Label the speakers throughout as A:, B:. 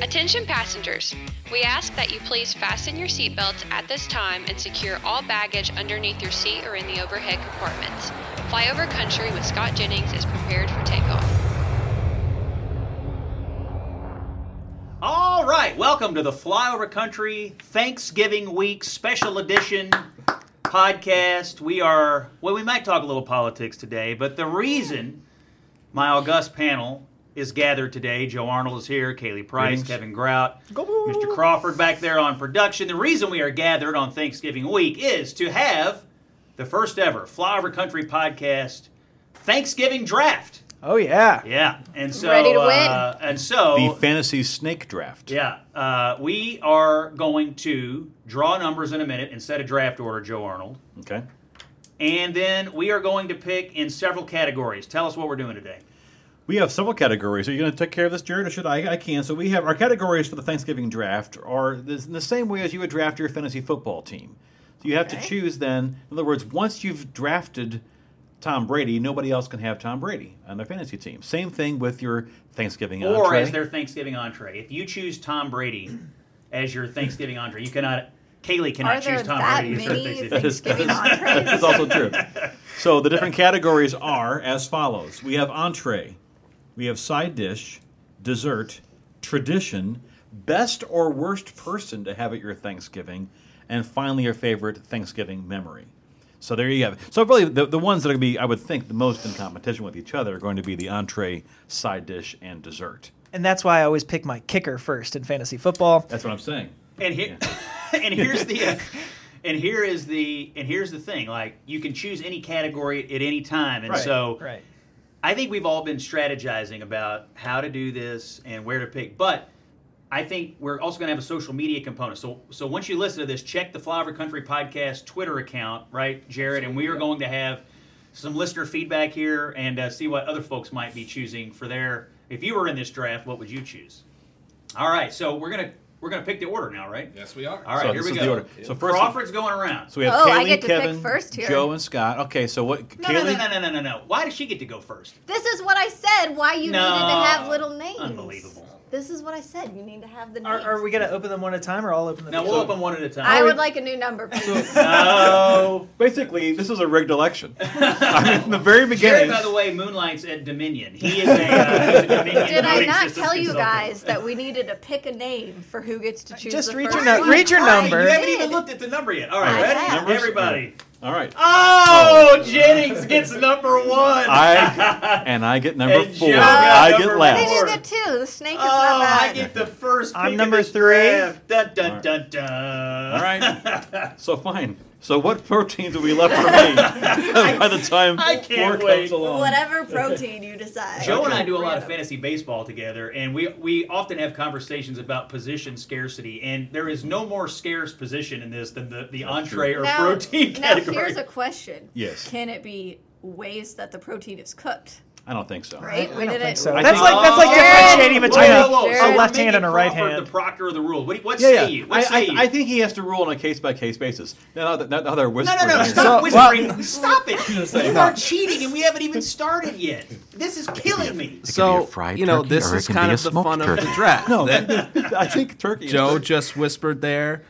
A: Attention passengers, we ask that you please fasten your seatbelts at this time and secure all baggage underneath your seat or in the overhead compartments. Flyover Country with Scott Jennings is prepared for takeoff.
B: All right, welcome to the Flyover Country Thanksgiving Week Special Edition podcast. We are, well, we might talk a little politics today, but the reason my august panel is gathered today Joe Arnold is here, Kaylee Price,
C: Greetings.
B: Kevin Grout, Mr. Crawford back there on production. The reason we are gathered on Thanksgiving Week is to have the first ever Flyover Country podcast Thanksgiving draft.
C: Oh yeah.
B: Yeah, and so
D: Ready to win.
B: Uh, and so
E: the fantasy snake draft.
B: yeah, uh, we are going to draw numbers in a minute and set a draft order, Joe Arnold.
E: Okay.
B: And then we are going to pick in several categories. Tell us what we're doing today.
E: We have several categories. Are you going to take care of this, Jared, or should I? I can. So we have our categories for the Thanksgiving draft are this- in the same way as you would draft your fantasy football team. So you have to choose then. In other words, once you've drafted Tom Brady, nobody else can have Tom Brady on their fantasy team. Same thing with your Thanksgiving
B: Or
E: entree.
B: as their Thanksgiving entree. If you choose Tom Brady as your Thanksgiving entree, you cannot. Kaylee
D: Are
B: cannot
D: there
B: choose Tom
D: that
B: Brady as her Thanksgiving.
D: many
E: That is-
D: Thanksgiving
E: that is-
D: entrees?
E: That's also true. So the different categories are as follows: we have entree, we have side dish, dessert, tradition, best or worst person to have at your Thanksgiving, and finally your favorite Thanksgiving memory. So there you have it. So really, the, the ones that are going to be, I would think, the most in competition with each other are going to be the entree, side dish, and dessert.
C: And that's why I always pick my kicker first in fantasy football.
E: That's what I'm saying.
B: And here, and here's the, uh, and here is the, and here's the thing. Like you can choose any category at any time, and
E: Right,
B: so
C: Right.
B: I think we've all been strategizing about how to do this and where to pick, but I think we're also going to have a social media component. So, so once you listen to this, check the Flyover Country Podcast Twitter account, right, Jared? And we are going to have some listener feedback here and uh, see what other folks might be choosing for their. If you were in this draft, what would you choose? All right, so we're gonna we're gonna pick the order now, right?
F: Yes, we are.
B: All right,
E: So
B: here
E: this
B: we
E: is
B: go.
E: the order. So first-
B: Crawford's going around.
E: So we have
D: Oh,
E: Kaylee,
D: I get to pick
E: Kevin,
D: first here.
E: Joe, and Scott. Okay, so what?
B: No,
E: Kaylee,
B: no, no, no, no, no, no. Why does she get to go first?
D: This is what I said. Why you
B: No.
D: needed to have little names?
B: Unbelievable.
D: This is what I said. You need to have the names.
C: Are, are we gonna open them one at a time, or I'll open them?
B: Now we'll open one at a time. Oh.
D: I would like a new number, please.
B: No.
E: Basically, this is a rigged election. I mean, in the very beginning.
B: Jared, by the way, moonlights at Dominion. He is a, uh, he's a Dominion
D: Did I
B: voting
D: not
B: systems
D: tell you
B: consultant.
D: guys that we needed to pick a name for who gets to choose?
C: Just
D: the
C: read
D: first
C: your nu-
D: one?
C: read your
D: I
C: number.
B: You
C: You
B: haven't
D: did.
B: even looked at the number yet. All right,
D: I
B: ready?
D: have.
E: Numbers?
B: Everybody.
E: All right.
B: Oh, Jennings gets number one.
E: I and I get number
B: And
E: four.
B: Joe got
E: I
B: number
E: get
D: They
E: last.
B: four.
D: did get two. The snake is
B: oh,
D: not
B: I
D: bad.
B: get the first.
C: I'm
B: pick of
C: number
B: this
C: three.
B: draft. Dun, dun,
E: All right.
B: dun, dun.
E: All right. So fine. So what proteins will be left for me by the time
B: I can't
E: four
B: wait.
E: comes along?
D: Whatever protein you decide.
B: Joe and I do a lot of fantasy baseball together, and we we often have conversations about position scarcity. And there is no more scarce position in this than the, the entree or
D: now,
B: protein
D: now
B: category.
D: here's a question.
E: Yes.
D: Can it be ways that the protein is cooked?
E: I don't think so.
D: Right?
C: I
D: we
C: don't
D: did
C: think
D: it.
C: so.
E: I
C: that's
E: think-
C: like that's like
B: Oh,
C: differentiating
B: whoa,
C: between
B: whoa, whoa,
C: a
B: whoa.
C: left hand and a
B: Making
C: right
B: Crawford
C: hand.
B: The proctor of the rules. What, what
E: Yeah,
B: say
E: yeah.
B: you? What
E: I,
B: say
E: I, I
B: you?
E: think he has to rule on a case by case basis. Now that now, now they're
B: No,
E: whispering.
B: no, no!
E: here.
B: Stop
C: So- well-
B: whispering! stop it! You are cheating, and we haven't even started yet. This is killing me.
F: So,
G: be a fried
F: you know,
G: turkey,
F: this
G: or it
F: is
G: can
F: kind
G: be a
F: of the
G: smoked
F: fun of the
G: turkey.
F: draft.
E: No,
F: that
E: I think turkey. is
F: Joe
E: turkey.
F: just whispered there.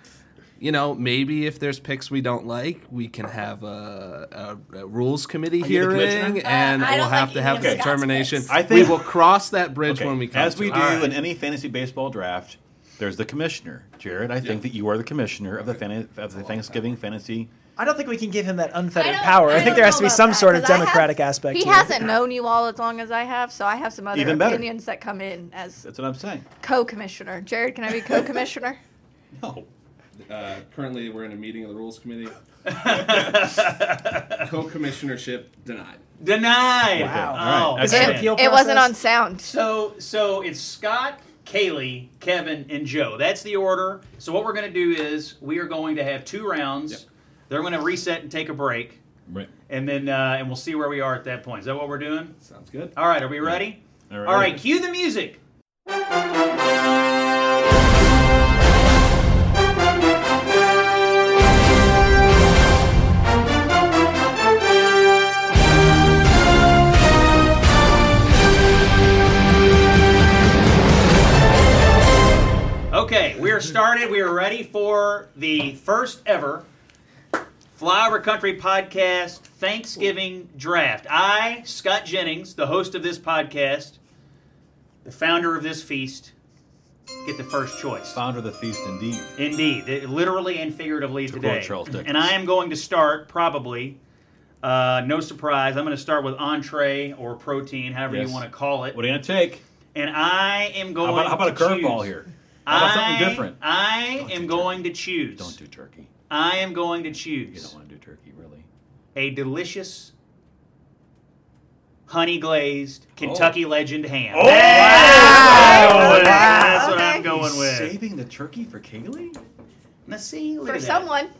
F: You know, maybe if there's picks we don't like, we can have a, a, a rules committee
E: you the
F: hearing,
E: commissioner?
F: and
D: Uh, I
F: we'll
D: don't
F: have
D: like
F: to have
D: eating
F: determination.
D: Scott's
E: picks. I think-
F: we will cross that bridge
E: Okay,
F: when we come.
E: As we
F: to
E: do
F: it.
E: in any fantasy baseball draft, there's the commissioner. Jared, I think that you are the commissioner of the fan- of the Thanksgiving fantasy.
C: I don't think we can give him that
D: I
C: unfettered
D: don't-
C: power. I,
D: don't
C: think there has
D: know
C: to be
D: about
C: some
D: that,
C: sort of
D: 'cause I have-
C: democratic aspect.
D: He
C: to it.
D: hasn't known you all as long as I have, so I have some other
E: Even better.
D: opinions that come in as
E: That's what I'm saying.
D: co-commissioner. Jared, can I be co-commissioner?
E: No.
F: Uh, currently, we're in a meeting of the rules committee. Co-commissionership denied.
B: Denied.
E: Wow.
B: Oh,
E: All right.
C: Is that
B: man.
C: appeal
D: It wasn't on
C: process?
D: sound.
B: So, so it's Scott, Kaylee, Kevin, and Joe. That's the order. So what we're going to do is we are going to have two rounds.
F: Yep.
B: They're going to reset and take a break,
E: Right.
B: and then uh, and we'll see where we are at that point. Is that what we're doing?
F: Sounds good.
B: All right. Are we ready?
E: All right.
B: All right. Cue the music. are started. We are ready for the first ever Flyover Country Podcast Thanksgiving Draft. I, Scott Jennings, the host of this podcast, the founder of this feast, get the first choice.
E: Founder of the feast, indeed.
B: Indeed, it- literally and figuratively
E: quote
B: today.
E: Charles Dickens.
B: And I am going to start probably. Uh, no surprise. I'm going to start with entree or protein, however
E: Yes.
B: you want to call it.
E: What are you gonna take?
B: And I am going.
E: How about, how about a
B: to
E: curveball
B: choose-
E: here? How about
B: I-
E: something different?
B: I
E: Don't do
B: am
E: turkey.
B: going to choose.
E: Don't do turkey.
B: I am going to
E: You don't
B: choose
E: want to do turkey, really.
B: a delicious honey glazed Kentucky Legend ham.
E: Oh,
B: That's
E: wow.
B: what-
E: Wow.
B: That's what I'm
D: Okay.
B: going with.
E: Saving the turkey for Kaylee?
B: Let's see. look
D: for
B: at that.
D: someone.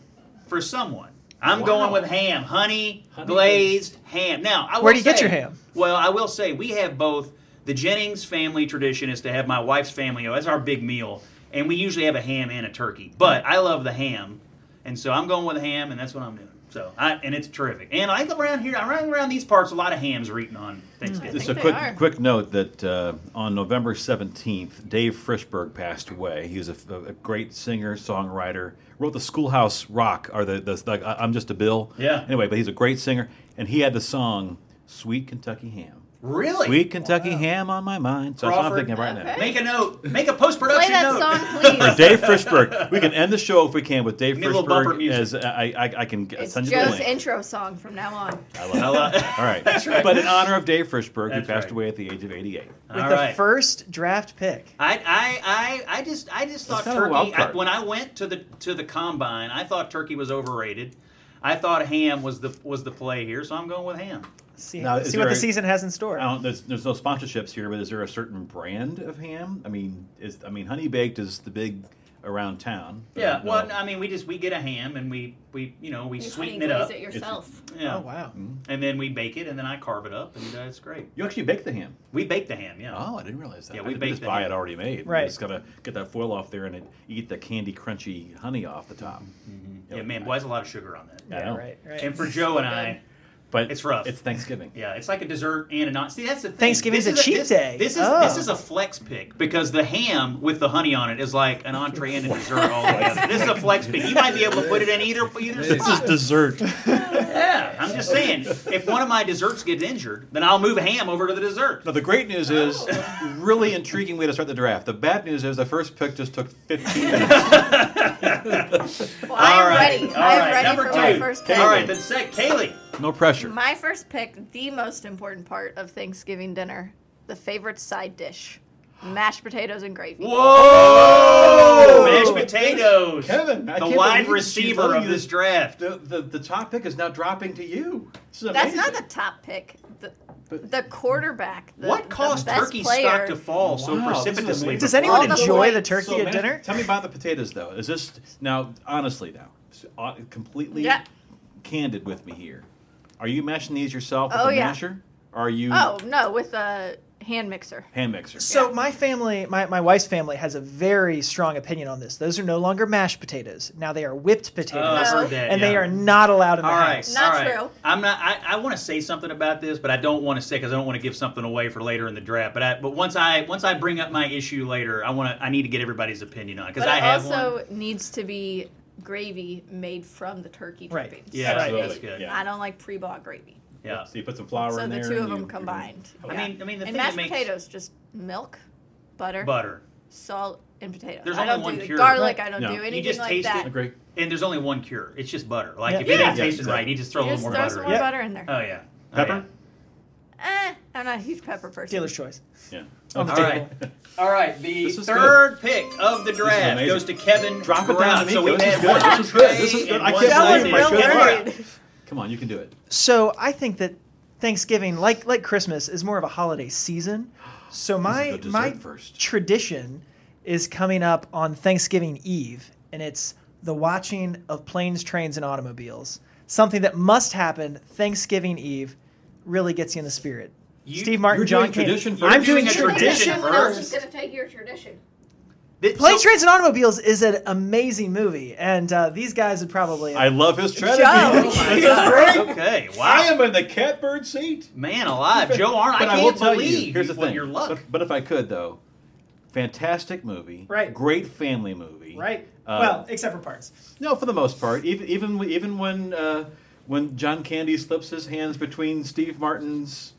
B: For someone. I'm
E: Wow.
B: going with ham, honey,
E: Honey
B: glazed ham. Now, I
C: Where
B: will
C: do you get
B: say-
C: your ham?
B: Well, I will say we have both. The Jennings family tradition is to have my wife's family. Oh, that's our big meal, and we usually have a ham and a turkey. But I love the ham, and so I'm going with ham, and that's what I'm doing. So, I, and it's terrific. And I think around here, around around these parts, a lot of hams are eaten on
C: Hmm.
B: Thanksgiving.
E: Just a
D: they
E: quick
D: are.
E: quick note that uh, on November 17th, Dave Frischberg passed away. He was a, a great singer, songwriter. Wrote the Schoolhouse Rock, or the, the like, I- I'm Just a Bill.
B: Yeah.
E: Anyway, but he's a great singer, and he had the song "Sweet Kentucky Ham."
B: Really?
E: Sweet Kentucky Ham on my mind. So that's what I'm
B: Crawford.
E: thinking right now.
D: Okay.
B: Make a note. Make a post
D: Play
B: production
D: that
B: note.
D: song, please.
E: For Dave Frischberg, we can end the show if we can with Dave
B: Need a little bumper
E: Frischberg.
B: music.
E: As I, I, I can
D: It's
E: send you the
D: Joe's
E: link.
D: intro song from now on.
E: I love it. All right. But in honor of Dave Frischberg, who
B: That's
E: passed
B: right.
E: away at the age of 88.
C: With
B: All
C: the
B: right.
C: first draft pick.
B: I, I, I, I just I just thought
E: That's kind of a wild
B: turkey. I,
E: card.
B: when I went to the to the combine, I thought turkey was overrated. I thought ham was the was the play here, so I'm going with ham.
C: See,
E: Now, is
C: see what
E: there
C: the
E: a-
C: season has in store.
E: I don't, there's, there's no sponsorships here, but is there a certain brand of ham? I mean, is I mean, honey baked is the big around town. uh, but
B: Yeah.
E: no.
B: Well, I mean, we just we get a ham and we we you know we
D: You
B: sweeten
D: honey
B: it
D: glaze
B: up.
D: it yourself.
B: Yeah.
C: Oh wow.
B: And then we bake it, and then I carve it up, and uh, it's great.
E: you actually bake the ham.
B: We bake the ham. Yeah.
E: Oh, I didn't realize that.
B: Yeah,
E: I
B: we
E: didn't
B: bake
E: just
B: the
E: buy
B: ham.
E: it already made.
C: Right.
E: You just gotta get that foil off there and it, eat the candy crunchy honey off the top.
B: Yeah, man, boy, that's a lot of sugar on that.
E: Mm-hmm. I
C: Yeah,
E: know.
C: right, right.
B: And for Joe and I,
E: But
B: It's rough.
E: It's Thanksgiving.
B: yeah, it's like a dessert and a not. See, that's the thing.
C: Thanksgiving's
B: This
C: a
B: is
C: cheat
B: this-
C: day.
B: This is
C: Oh.
B: this is a flex pick because the ham with the honey on it is like an entree and a dessert all together. This is a flex pick. You might be able to put it in either either
E: This is
B: spot.
E: dessert.
B: Yeah, I'm just saying. If one of my desserts gets injured, then I'll move ham over to the dessert.
E: Now, the great news is really intriguing way to start the draft. The bad news is the first pick just took 15 minutes.
D: Well, I'm ready.
B: All
D: I'm
B: right,
D: ready
B: number
D: for
B: two.
D: my first pick.
B: All right, then sec, Kaylee.
E: No pressure.
D: My first pick, the most important part of Thanksgiving dinner, the favorite side dish, mashed potatoes and gravy.
B: Whoa! Mashed potatoes.
E: Kevin, I
B: the
E: can't
B: wide
E: believe she's
B: receiver
E: letting
B: of
E: you
B: this
E: this-
B: draft.
E: The, the, the top pick is now dropping to you. This is
D: That's not the
E: amazing.
D: top pick. The,
E: But-
D: the quarterback. The,
B: what caused
D: the best
B: Turkey
D: player.
B: stock to fall so
E: Wow, this is
B: precipitously?
E: amazing.
C: Does
B: before
C: anyone
D: the
B: this?
C: enjoy the
D: points.
C: turkey
E: So,
C: at
E: man,
C: dinner?
E: Tell me about the potatoes, though. Is this now honestly now s- uh, completely
D: Yeah.
E: candid with me here? Are you mashing these yourself with
D: Oh,
E: a
D: yeah.
E: masher? Are you
D: Oh no, with a hand mixer.
E: hand mixer?
C: So my family, my, my wife's family has a very strong opinion on this. Those are no longer mashed potatoes. Now they are whipped
B: Oh,
C: potatoes.
B: I
D: No.
B: heard that,
C: and they
B: yeah.
C: are not allowed in the
B: All right,
C: house.
D: No. Not
B: all right.
D: true.
B: I'm not. I, I want to say something about this, but I don't want to say because I don't want to give something away for later in the draft. But I, but once I once I bring up my issue later, I want to. I need to get everybody's opinion on it because
D: But
B: I
D: it
B: have
D: also
B: one.
D: needs to be gravy made from the turkey
C: Right.
D: drippings.
B: Yeah,
C: Right.
B: that's good.
E: Yeah.
D: I don't like pre-bought gravy.
B: Yeah.
E: So you put some flour
D: So
E: in
D: the
E: there.
D: two
E: and
D: of them
E: you-
D: combined.
B: I
D: Yeah.
B: mean, I mean, the
D: and
B: thing
D: mashed
B: that makes
D: potatoes, just milk, butter,
B: butter,
D: salt, and potatoes.
B: There's
D: I
B: only
D: don't
B: one
D: do
B: cure.
D: garlic.
C: Right.
D: I don't
E: No.
D: do
E: You
D: anything
B: just
D: like
B: taste
D: that.
B: it.
E: Agree.
B: and there's only one cure. It's just butter. Like
C: Yeah.
B: if it ain't
E: Yeah,
B: tasting right,
E: exactly.
B: you just throw a
D: Just
B: little more
D: throw some
B: butter.
D: more
B: in.
C: Yeah.
D: butter in there.
B: Oh yeah. Oh,
E: Pepper?
D: Eh, I'm not a huge pepper person.
C: Dealer's choice.
E: Yeah.
C: On the
B: All
C: table.
B: right. All right. The
E: This is
B: third pick of the draft
E: amazing.
B: goes to Kevin
E: Drop it
B: Brown.
E: down to me.
B: So we
E: This
B: had
E: is good.
B: one
E: This is good. This
B: trade
E: is good.
B: and
E: I
B: one
E: can't
D: That
B: side
E: believe
D: was
E: my
B: dish.
D: real
E: goodness.
D: worried.
E: Come on, you can do it.
C: So I think that Thanksgiving, like like Christmas, is more of a holiday season. So my
E: the dessert
C: my
E: first.
C: tradition is coming up on Thanksgiving Eve, and it's the watching of planes, trains, and automobiles. Something that must happen Thanksgiving Eve really gets you in the spirit.
B: You-
C: Steve Martin,
E: you're
C: John
E: doing
C: Candy.
E: tradition first.
C: I'm
E: You're
C: doing,
B: doing a
C: tradition.
B: tradition
D: Someone else is
B: first.
D: going to take your tradition.
B: Th-
C: Planes,
B: so-
C: Trains, and Automobiles is an amazing movie, and uh, these guys would probably.
E: I love his strategy.
D: Joe.
E: This is great.
B: Okay.
E: I
B: Wow.
E: am in the catbird seat.
B: Man alive, Joe Arn. I
E: But
B: can't
E: I will tell
B: believe
E: you. Here's the
B: what
E: thing.
B: your luck.
E: But, but if I could, though, Fantastic movie.
C: Right.
E: Great family movie.
C: right?
E: Uh,
C: well, except for parts.
E: No, for the most part. Even even even when uh, when John Candy slips his hands between Steve Martin's.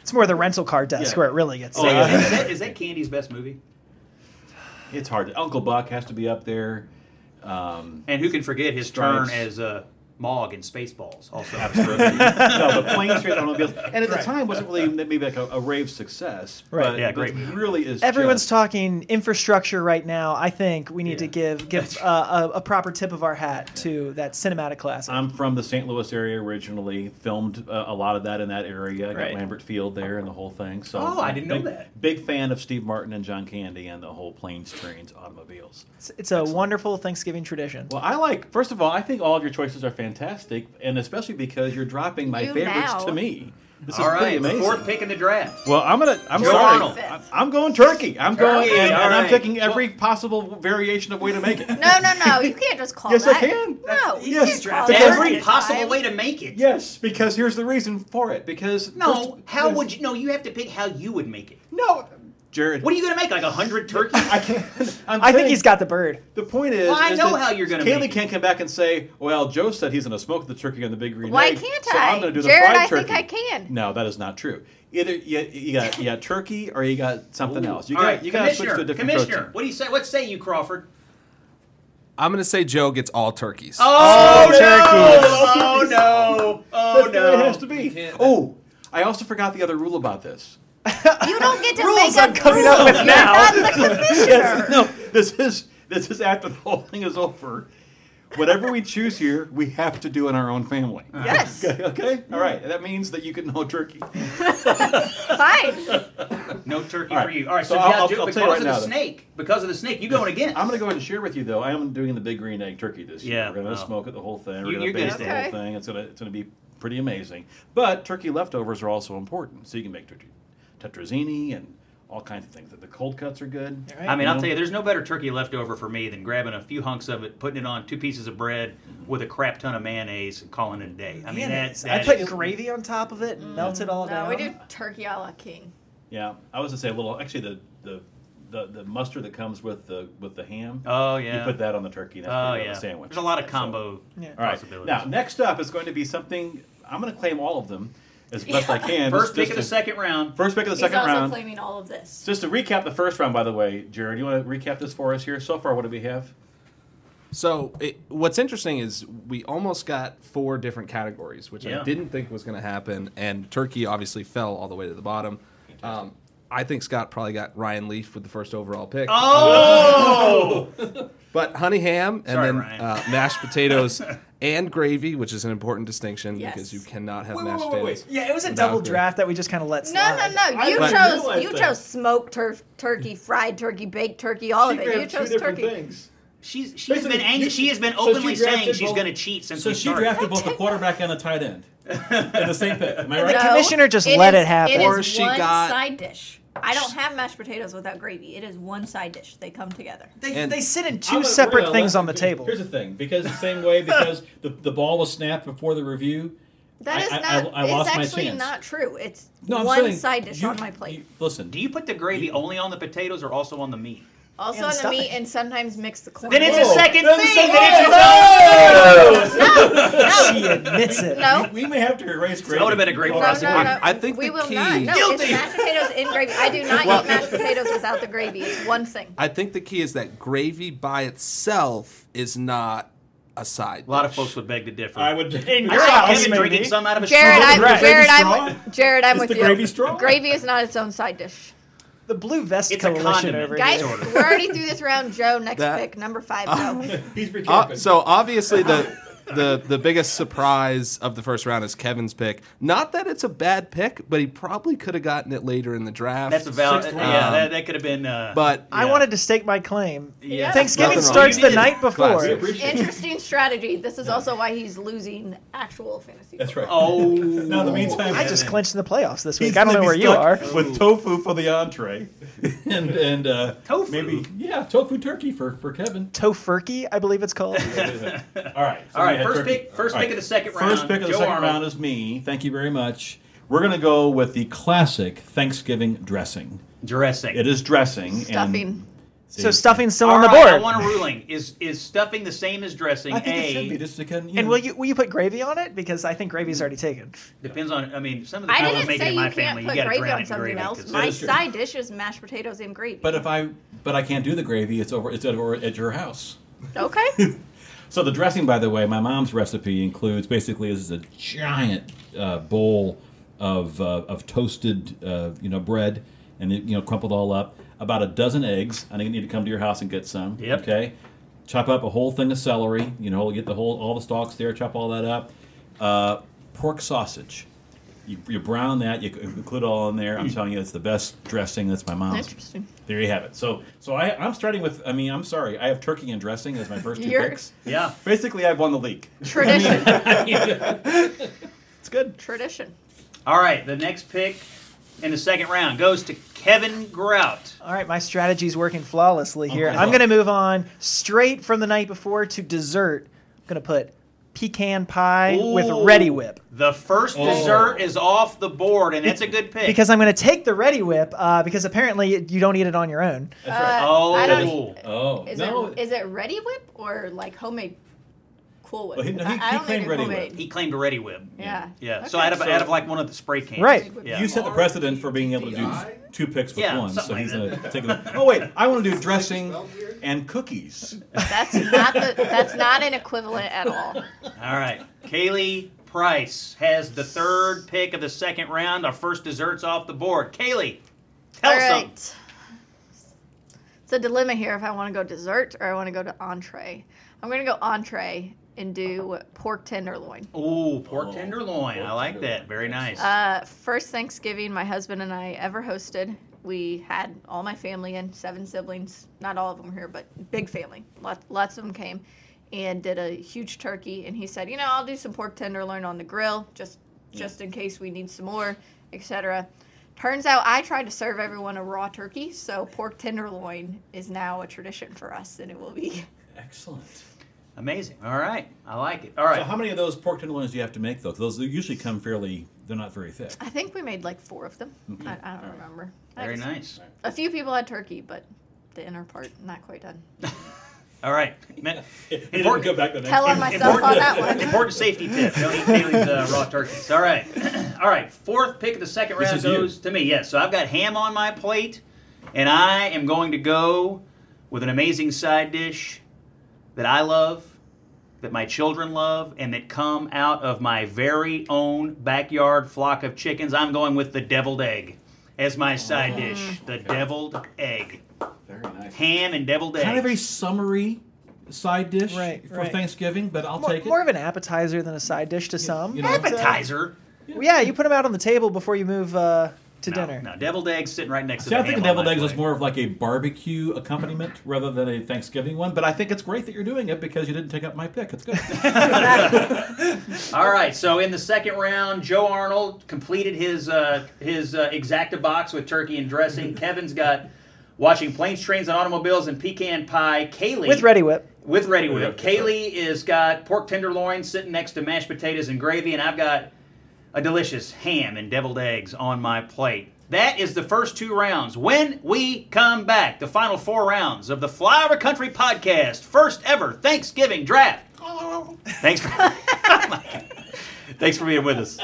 C: It's more the rental car desk
E: Yeah.
C: where it really gets.
E: Oh,
C: down.
E: yeah.
B: is, that, is that Candy's best movie?
E: It's hard. Uncle Buck has to be up there. Um,
B: And who can forget his turn
E: Stripes.
B: as uh, Mog in Spaceballs? Also,
E: no, the Plain Street Automobiles, and at the
C: Right.
E: time wasn't really maybe like a, a rave success.
C: Right.
E: But,
B: Yeah,
E: but
B: great movie.
E: Really is.
C: Everyone's
E: just-
C: talking infrastructure right now. I think we need to give give uh, a, a proper tip of our hat to that cinematic classic.
B: Um,
E: I'm from the St. Louis area originally. Filmed uh, a lot of that in that area. I
C: Right.
E: Got Lambert Field there and the whole thing. So
B: Oh, I didn't know
E: big-
B: that.
E: Big fan of Steve Martin and John Candy and the whole planes, trains, automobiles.
C: it's, it's a wonderful Thanksgiving tradition.
E: Well, I like. First of all, I think all of your choices are fantastic, and especially because you're dropping my
D: You
E: favorites
D: now.
E: to me. This
B: all
E: is pretty
B: right,
E: amazing.
B: fourth pick in the draft.
E: Well, I'm gonna. I'm
B: Joe
E: sorry.
B: Arnold.
E: I- I'm going turkey. I'm going,
B: Turkey,
E: and, and
B: all
E: I'm
B: right.
E: picking every possible variation of way to make it.
D: No, no, no. You can't just call
E: Yes, I
D: that.
E: can.
D: No,
E: That's-
D: you
E: yes,
D: can't call
E: but
D: that.
E: every
B: Every possible way to make it.
E: Yes, because here's the reason for it. Because
B: No, how would you? No, you have to pick how you would make it.
E: No, Jared.
B: What are you going to make? Like a hundred turkeys?
E: I can't. I'm
C: I think
E: saying-
C: he's got the bird.
E: The point is,
B: Well, I
E: is
B: know
E: that
B: how you're gonna
E: Kaylee
B: make it.
E: can't come back and say, "Well, Joe said he's going to smoke the turkey on the big green
D: Why
E: egg,
D: can't
E: so
D: I?
E: I'm going to do
D: Jared,
E: the fried
D: I think
E: turkey."
D: I can.
E: No, that is not true. Either you, you got you got turkey or you got something
B: Ooh.
E: else. You
B: All
E: got
B: right,
E: you got to switch
B: commissioner.
E: to a different
B: commissioner,
E: protein.
B: what do you say? What say you, Crawford?
F: I'm gonna say Joe gets all turkeys.
B: Oh,
E: no!
B: Oh no! Oh
E: That's the way it has to
B: no!
E: be. Oh, I also forgot the other rule about this.
D: You don't get to
C: Rules
D: make
C: I'm
D: up
C: coming up
D: rules.
C: with
D: You're
C: now.
D: not the commissioner.
E: No, this is this is after the whole thing is over. Whatever we choose here, we have to do in our own family.
B: Uh-huh.
D: Yes,
E: Okay, okay? all right. That means that you can know turkey.
D: fine.
B: No turkey
E: All right.
B: for you. All right, so,
E: So I'll-
B: yeah,
E: I'll-
B: Joe,
E: I'll tell you
B: because
E: right
B: of
E: now
B: the
E: then.
B: snake, because of the snake, you going again?
E: I'm gonna go ahead and share with you though. I am doing the big green egg turkey this year.
B: Yeah,
E: We're gonna
B: wow.
E: smoke it the whole thing. We're
B: You-
E: gonna
B: you're
E: baste
D: good.
E: the
D: Okay.
E: whole thing. It's gonna it's gonna be pretty amazing. But turkey leftovers are also important, so you can make tur- tetrazzini and all kinds of things. The cold cuts are good.
C: All right.
B: I mean, I'll
E: know?
B: tell you, there's no better turkey left over for me than grabbing a few hunks of it, putting it on two pieces of bread with a crap ton of mayonnaise, and calling it a day. I mean, that,
C: Mayonnaise.
B: that
C: I put
B: is-
C: gravy on top of it and melt it all
D: Mm. No,
C: down.
D: we do turkey a la king.
E: Yeah, I was gonna say a little. Actually, the the the, the mustard that comes with the with the ham.
B: Oh yeah.
E: You put that on the turkey. That's
B: Oh
E: pretty good
B: yeah.
E: on the sandwich.
B: There's a lot of
E: So-
B: combo
C: Yeah.
E: all right.
B: possibilities.
E: Now, next up is going to be something. I'm gonna claim all of them as best I can.
B: First
E: just-
B: pick
E: just
B: of the
E: to-
B: second round.
E: First pick of the
D: He's
E: second
D: also
E: round.
D: claiming all of this.
E: Just to recap the first round, by the way, Jared, you want to recap this for us here? So far, what do we have?
F: So it, what's interesting is we almost got four different categories, which
B: Yeah.
F: I didn't think was going to happen, and Turkey obviously fell all the way to the bottom. Um, I think Scott probably got Ryan Leaf with the first overall pick.
B: Oh!
F: But honey ham and
B: Sorry,
F: then
B: Ryan.
F: uh, mashed potatoes and gravy, which is an important distinction
D: Yes.
F: because you cannot have
E: Wait, wait,
F: mashed
E: wait, wait.
F: potatoes.
C: Yeah, it was a
F: Without
C: double
F: gravy.
C: draft that we just kind of let
D: No,
C: slide.
D: no, no. You
E: I
D: chose
E: realize
D: you
E: that.
D: chose smoked turf, turkey, fried turkey, baked turkey, all of it. You Oh, chose turkey.
E: things.
B: She's she has
E: Basically,
B: been angry.
E: you-
B: She has been
E: so she
B: openly
E: drafted
B: saying she's
E: both-
B: going to cheat since
E: So
B: we
E: she
B: started.
E: drafted both the quarterback and the tight end in the same pick. Am I
D: No,
E: right?
C: commissioner just
D: it
C: let
D: is-
C: it happen.
D: It is
F: Or she
D: one
F: got-
D: side dish. I don't have mashed potatoes without gravy. It is one side dish. They come together.
C: They,
F: And-
C: they sit in
E: I'm
C: two
E: gonna- we're
C: separate
E: gonna
C: things
E: let-
C: on the table.
E: Here's the thing, because the same way, because the, the ball was snapped before the review.
D: That
E: I-
D: is
E: I- I-
D: not.
E: I lost
D: it's
E: my
D: actually
E: chance.
D: not true. It's
E: No, I'm
D: one
E: saying
D: side dish
E: you-
D: on my plate.
E: you- listen,
B: Do you put the gravy only on the potatoes or also on the meat?
D: also
C: And
D: on the
C: stuffing.
D: meat, and sometimes mix the corn.
B: Then it's a
E: Whoa.
B: second
E: That's a
B: thing.
E: second-
B: Then it's
C: she admits it.
D: no.
E: we may have to erase gravy.
B: That would have been a great
E: Oh,
D: No,
B: process.
D: no, no.
F: I think
D: we
F: the
D: will
F: key-
D: not. No,
B: Guilty.
D: it's mashed potatoes in gravy. I do not eat mashed potatoes without the gravy. It's one thing.
F: I think the key is that gravy by itself is not a side.
B: A lot of folks would beg to differ.
E: I would.
B: I
C: Your
B: saw
C: house,
B: Kevin
C: maybe.
B: drinking some out of a
D: Jared,
B: straw.
D: I'm
E: Right.
D: Jared,
E: Gravy
D: I'm Jared, I'm
E: Is
D: with
E: the
D: you.
E: gravy straw?
D: Gravy is not its own side dish.
C: The blue vest
B: It's a
C: coalition
B: condiment.
C: over
D: Guys,
C: here.
B: Disorder.
D: we're already through this round. Joe, next
F: That-
D: pick, number five.
B: Oh.
D: Go.
E: He's
F: Uh,
E: recapping.
F: so obviously the the the biggest surprise of the first round is Kevin's pick. Not that it's a bad pick, but he probably could have gotten it later in the draft.
B: That's about
E: Sixth
B: yeah.
F: round.
B: that, that could have been. Uh,
F: But
C: I
B: Yeah.
C: wanted to stake my claim.
B: Yeah.
C: Thanksgiving
F: Nothing wrong.
C: starts
B: You
C: the
B: did.
C: night before.
E: we
F: Classic.
E: appreciate it.
D: Interesting strategy. This is also why he's losing actual fantasy.
E: That's right.
B: oh,
E: Now, in the meantime,
C: I just
B: Kevin.
C: clinched in the playoffs this week.
E: He's
C: I don't
E: gonna
C: know
E: be
C: where you
E: stuck
C: are.
E: With tofu for the entree, and and uh,
B: Tofu?
E: Maybe yeah, tofu turkey for for Kevin.
C: Tofurkey, I believe it's called.
E: All right. so
B: All
E: we
B: right.
E: had
B: First
E: turkey.
B: pick. First
E: All
B: pick
E: right.
B: of the second round.
E: First pick of the
B: Joe
E: second
B: Arnold.
E: round is me. Thank you very much. We're going to go with the classic Thanksgiving dressing.
B: Dressing.
E: It is dressing. and-
D: Stuffing.
C: So stuffing's still
B: All
C: on the
B: right,
C: board.
B: I want a ruling. Is is stuffing the same as dressing?
E: I think
B: a
E: it should be just to kind of,
C: and will you will you put gravy on it? Because I think gravy's already taken.
B: depends on. I mean, some of the
D: I
B: people
D: didn't
B: make it
D: say
B: in
D: you
B: my
D: can't
B: family.
D: put
B: you got to
D: gravy
B: drown it
D: on
B: in
D: something
B: gravy
D: else.
B: 'cause
D: My
E: that's true.
D: side dish is mashed potatoes and gravy.
E: But if I but I can't do the gravy, it's over. It's over at your house.
D: okay,
E: So the dressing, by the way, my mom's recipe includes basically this is a giant uh, bowl of uh, of toasted uh, you know bread and it, you know crumpled all up, about a dozen eggs. I think you need to come to your house and get some.
B: Yep.
E: Okay. Chop up a whole thing of celery. You know, get the whole all the stalks there. Chop all that up. Uh, pork sausage. You, you brown that. You include it all in there. I'm telling you, it's the best dressing. That's my mom's.
D: Interesting.
E: There you have it. So, so I, I'm starting with. I mean, I'm sorry. I have turkey and dressing as my first two
D: You're-
E: picks.
B: Yeah.
E: Basically, I've won the league.
D: tradition,
E: it's good.
D: tradition.
B: All right, the next pick in the second round goes to Kevin Grout.
C: All right, my strategy's working flawlessly here.
E: Okay.
C: I'm going to move on straight from the night before to dessert. I'm going to put pecan pie with
B: Ooh,
C: Ready Whip.
B: The first dessert is off the board, and that's a good pick.
C: Because I'm going to take the Ready Whip uh, because apparently you don't eat it on your own.
E: That's right.
B: oh,
D: Uh, I don't-
E: oh
D: Is
E: no.
D: it is it Ready Whip or like homemade Cool Whip?
E: Well, he- no, he-
D: I, I
E: he
D: don't
E: claimed
D: think they're
E: Ready Whip.
D: homemade.
B: he claimed a ready whip.
D: Yeah.
B: Yeah. So out of
E: So-
B: out of like one of the spray cans.
C: Right.
B: Yeah.
E: you set the precedent for being able to do two picks with
B: Yeah,
E: one, so
B: something
E: he's
B: like
E: gonna
B: that.
E: take the. Oh wait, I want to do dressing and cookies.
D: That's not the, that's not an equivalent at all.
B: All right. Kaylee Price has the third pick of the second round. Our first dessert's off the board. Kaylee, tell
D: All
B: us
D: right.
B: something.
D: It's a dilemma here if I want to go dessert or I want to go to entree. I'm going to go entree and do pork tenderloin.
B: Ooh, pork
E: Oh,
B: tenderloin.
E: pork
B: I like
E: tenderloin.
B: that. Very nice.
D: Uh, first Thanksgiving my husband and I ever hosted, we had all my family in, seven siblings. Not all of them here, but big family. Lots, lots of them came and did a huge turkey. And he said, you know, I'll do some pork tenderloin on the grill just just in case we need some more, etc. Turns out I tried to serve everyone a raw turkey, so pork tenderloin is now a tradition for us, and it will be.
E: Excellent.
B: Amazing. All right. I like it. All right.
E: So how many of those pork tenderloins do you have to make though? 'Cause Those they usually come fairly. They're not very thick.
D: I think we made like four of them. I, I don't remember. I
B: Very
D: just-
B: nice.
D: A few people had turkey, but the inner part not quite done.
B: All right. Man,
E: It
B: important-
E: go back the next.
D: Tell on
E: time.
D: myself on that one.
B: Important safety tip. Don't eat Kaylee's uh, raw turkeys. All right. All right. Fourth pick of the second
E: This
B: round
E: is you.
B: goes to me. Yes. So I've got ham on my plate, and I am going to go with an amazing side dish that I love, that my children love, and that come out of my very own backyard flock of chickens. I'm going with the deviled egg as my side
D: Mm.
B: dish. The deviled egg.
E: Very nice.
B: Ham and deviled egg.
E: Kind of a summery side dish
C: Right,
E: for
C: right.
E: Thanksgiving, but I'll
C: More,
E: take it.
C: more of an appetizer than a side dish to some.
E: you know.
C: but, uh,
B: appetizer.
C: well, yeah, you put them out on the table before you move uh, to
B: No,
C: dinner.
B: No, deviled eggs sitting right next to
E: See,
B: the
E: I think
B: ham
E: the deviled
B: on
E: eggs
B: my
E: is
B: plate.
E: more of like a barbecue accompaniment rather than a Thanksgiving one. But I think it's great that you're doing it because you didn't take up my pick. It's good.
B: All right, so in the second round, Joe Arnold completed his uh, his uh, exacta box with turkey and dressing. Kevin's got watching planes, trains, and automobiles and pecan pie. Kaylee
C: With Ready Whip.
B: with ready whip. Kaylee is got pork tenderloin sitting next to mashed potatoes and gravy, and I've got a delicious ham and deviled eggs on my plate. That is the first two rounds. When we come back, the final four rounds of the Flyover Country podcast, first ever Thanksgiving draft. Thanks for oh Thanks for being with us.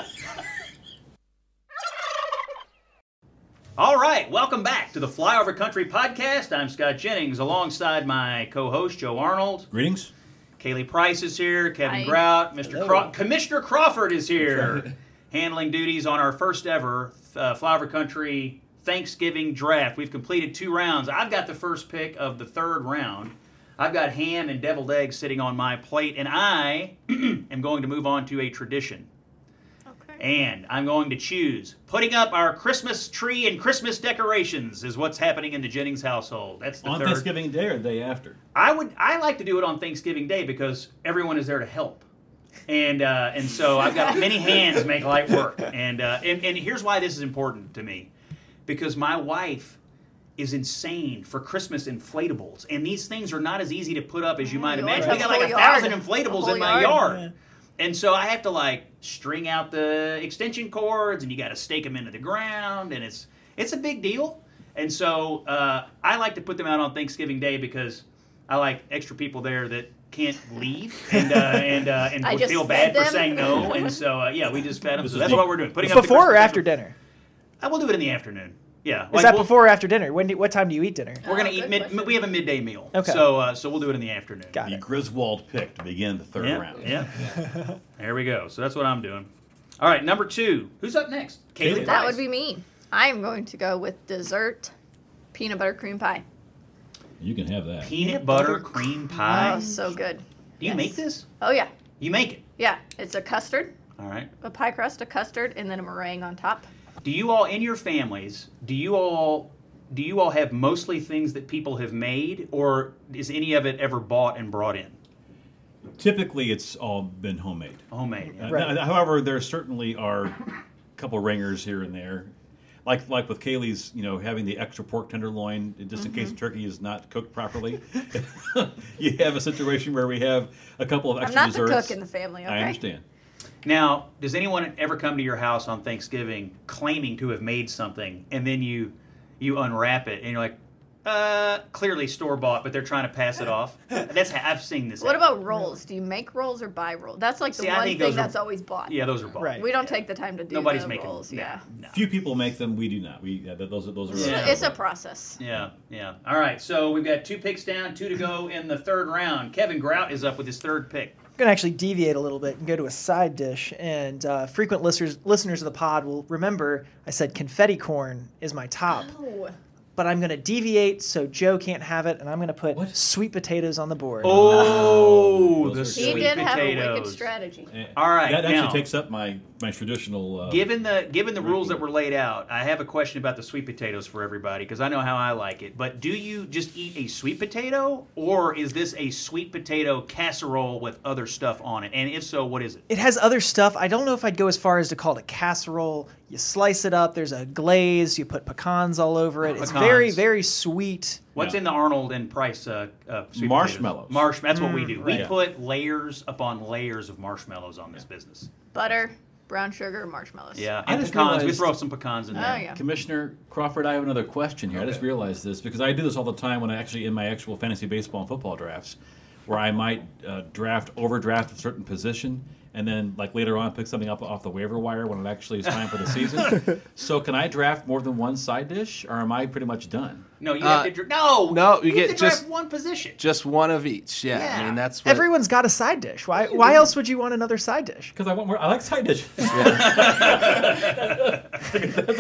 B: All right, welcome back to the Flyover Country podcast. I'm Scott Jennings alongside my co-host Joe Arnold.
E: Greetings.
B: Kaylee Price is here, Kevin
D: Hi.
B: Grout, Mr. Cro- Commissioner Crawford is here, handling duties on our first ever uh, Flower Country Thanksgiving draft. We've completed two rounds. I've got the first pick of the third round. I've got ham and deviled eggs sitting on my plate, and I am going to move on to a tradition.
D: Okay.
B: And I'm going to choose putting up our Christmas tree and Christmas decorations is what's happening in the Jennings household. That's the
E: On
B: third.
E: Thanksgiving Day or the day after?
B: I would I like to do it on Thanksgiving Day because everyone is there to help. And uh, and so I've got many hands make light work. And, uh, and and here's why this is important to me. Because my wife is insane for Christmas inflatables. And these things are not as easy to put up as you might
D: you
B: imagine.
D: always
B: We got
D: have Mm, a
B: like a
D: whole
B: thousand
D: yard. A
B: inflatables
D: whole
B: in my
D: yard.
B: yard. And so I have to like string out the extension cords, and you got to stake them into the ground, and it's it's a big deal. And so uh, I like to put them out on Thanksgiving Day because I like extra people there that can't leave and uh, and uh, and
D: I
B: would
D: just
B: feel bad
D: fed
B: for
D: them.
B: saying no. And so uh, yeah, we just fed them.
E: This
B: So
E: is
B: that's
E: the-
B: what we're doing. Putting up the
C: Before or
B: Christmas-
C: after dinner?
B: I will do it in the afternoon. Yeah,
C: Is
B: Like,
C: that
B: we'll-
C: before or after dinner? When? Do, what time do you eat dinner?
B: We're gonna
D: Oh,
B: eat
D: good
B: mid.
D: question.
B: We have a midday meal.
C: Okay.
B: So uh, so we'll do it in the afternoon.
C: Got
E: The
C: it.
E: Griswold pick to begin the third
B: yeah,
E: round.
B: yeah. there we go. So that's what I'm doing. All right, number two. Who's up next? Kaylee.
E: Kaylee.
D: That
B: Price.
D: would be me. I am going to go with dessert peanut butter cream pie.
E: You can have that.
B: peanut butter cream pie.
D: Oh, so good.
B: do you
D: yes.
B: make this?
D: Oh yeah,
B: You make it.
D: yeah. It's a custard,
B: All right.
D: a pie crust, a custard, and then a meringue on top.
B: Do you all in your families? Do you all? Do you all have mostly things that people have made, or is any of it ever bought and brought in?
E: Typically, it's all been homemade.
B: Homemade. yeah.
E: Uh,
C: Right.
E: now- However, there certainly are a couple ringers here and there. Like, like with Kaylee's, you know, having the extra pork tenderloin just in
D: Mm-hmm.
E: case the turkey is not cooked properly. you have a situation where we have a couple of
D: I'm
E: extra
D: not
E: desserts.
D: the cook in the family. Okay.
E: I understand.
B: Now, does anyone ever come to your house on Thanksgiving claiming to have made something, and then you you unwrap it and you're like, uh, clearly store bought, but they're trying to pass it off? That's how I've seen this.
D: What
B: happen.
D: about rolls? Do you make rolls or buy rolls? That's like the
B: See, I
D: one
B: think
D: thing
B: those are-
D: that's always bought.
B: Yeah, those are bought.
C: Right.
D: We don't take the time to do
B: Nobody's
D: the
B: making
D: rolls.
B: nah,
D: Yeah.
B: nah.
E: Few people make them. We do not. We yeah, th- those are- those are.
D: It's,
B: Yeah.
D: a, it's a process.
B: Yeah, yeah. All right, so we've got two picks down, two to go in the third round. Kevin Grout is up with his third pick.
C: I'm going to actually deviate a little bit and go to a side dish. And uh, frequent listeners listeners of the pod will remember I said confetti corn is my top,
D: Oh,
C: but I'm going to deviate so Joe can't have it, and I'm going to put
E: What?
C: sweet potatoes on the board.
B: Oh,
E: Those
B: the
E: are
D: he
B: sweet
E: good.
D: did have a wicked
B: potatoes.
D: strategy.
E: Eh,
B: All right,
E: That
B: now-
E: actually takes up my my traditional.
F: Um,
E: Uh,
B: Given the given
F: mm-hmm.
B: the rules that were laid out, I have a question about the sweet potatoes for everybody because I know how I like it. But do you just eat a sweet potato, or is this a sweet potato casserole with other stuff on it? And if so, what is it?
C: It has other stuff. I don't know if I'd go as far as to call it a casserole. You slice it up, there's a glaze, you put pecans all over it. It's very,
B: Pecans.
C: very sweet.
B: What's
E: Yeah.
B: in the Arnold and Price uh, uh, sweet
E: Marshmallows.
B: Potatoes? Marsh. That's what we do. We
E: right.
B: put layers upon layers of marshmallows on this business.
D: Butter, brown sugar, marshmallows.
B: Yeah,
E: I
B: and
E: just
B: pecans. We
E: realized-
B: throw some pecans in
D: Oh
B: there.
D: yeah.
E: Commissioner Crawford, I have another question here. I just realized this because I do this all the time when I actually in my actual fantasy baseball and football drafts, where I might uh, draft overdraft a certain position and then like later on pick something up off the waiver wire when it actually is time for the season. so can I draft more than one side dish, or am I pretty much done?
B: No, you
F: Uh,
B: have to. Dr- no,
F: no, you
B: have
F: get
B: to drive
F: just-
B: one position.
F: Just one of each. Yeah, I
B: Yeah.
F: mean that's what
C: Everyone's got a side dish. Why, why else would you want another side dish?
E: Because I want more. I like side dishes. That's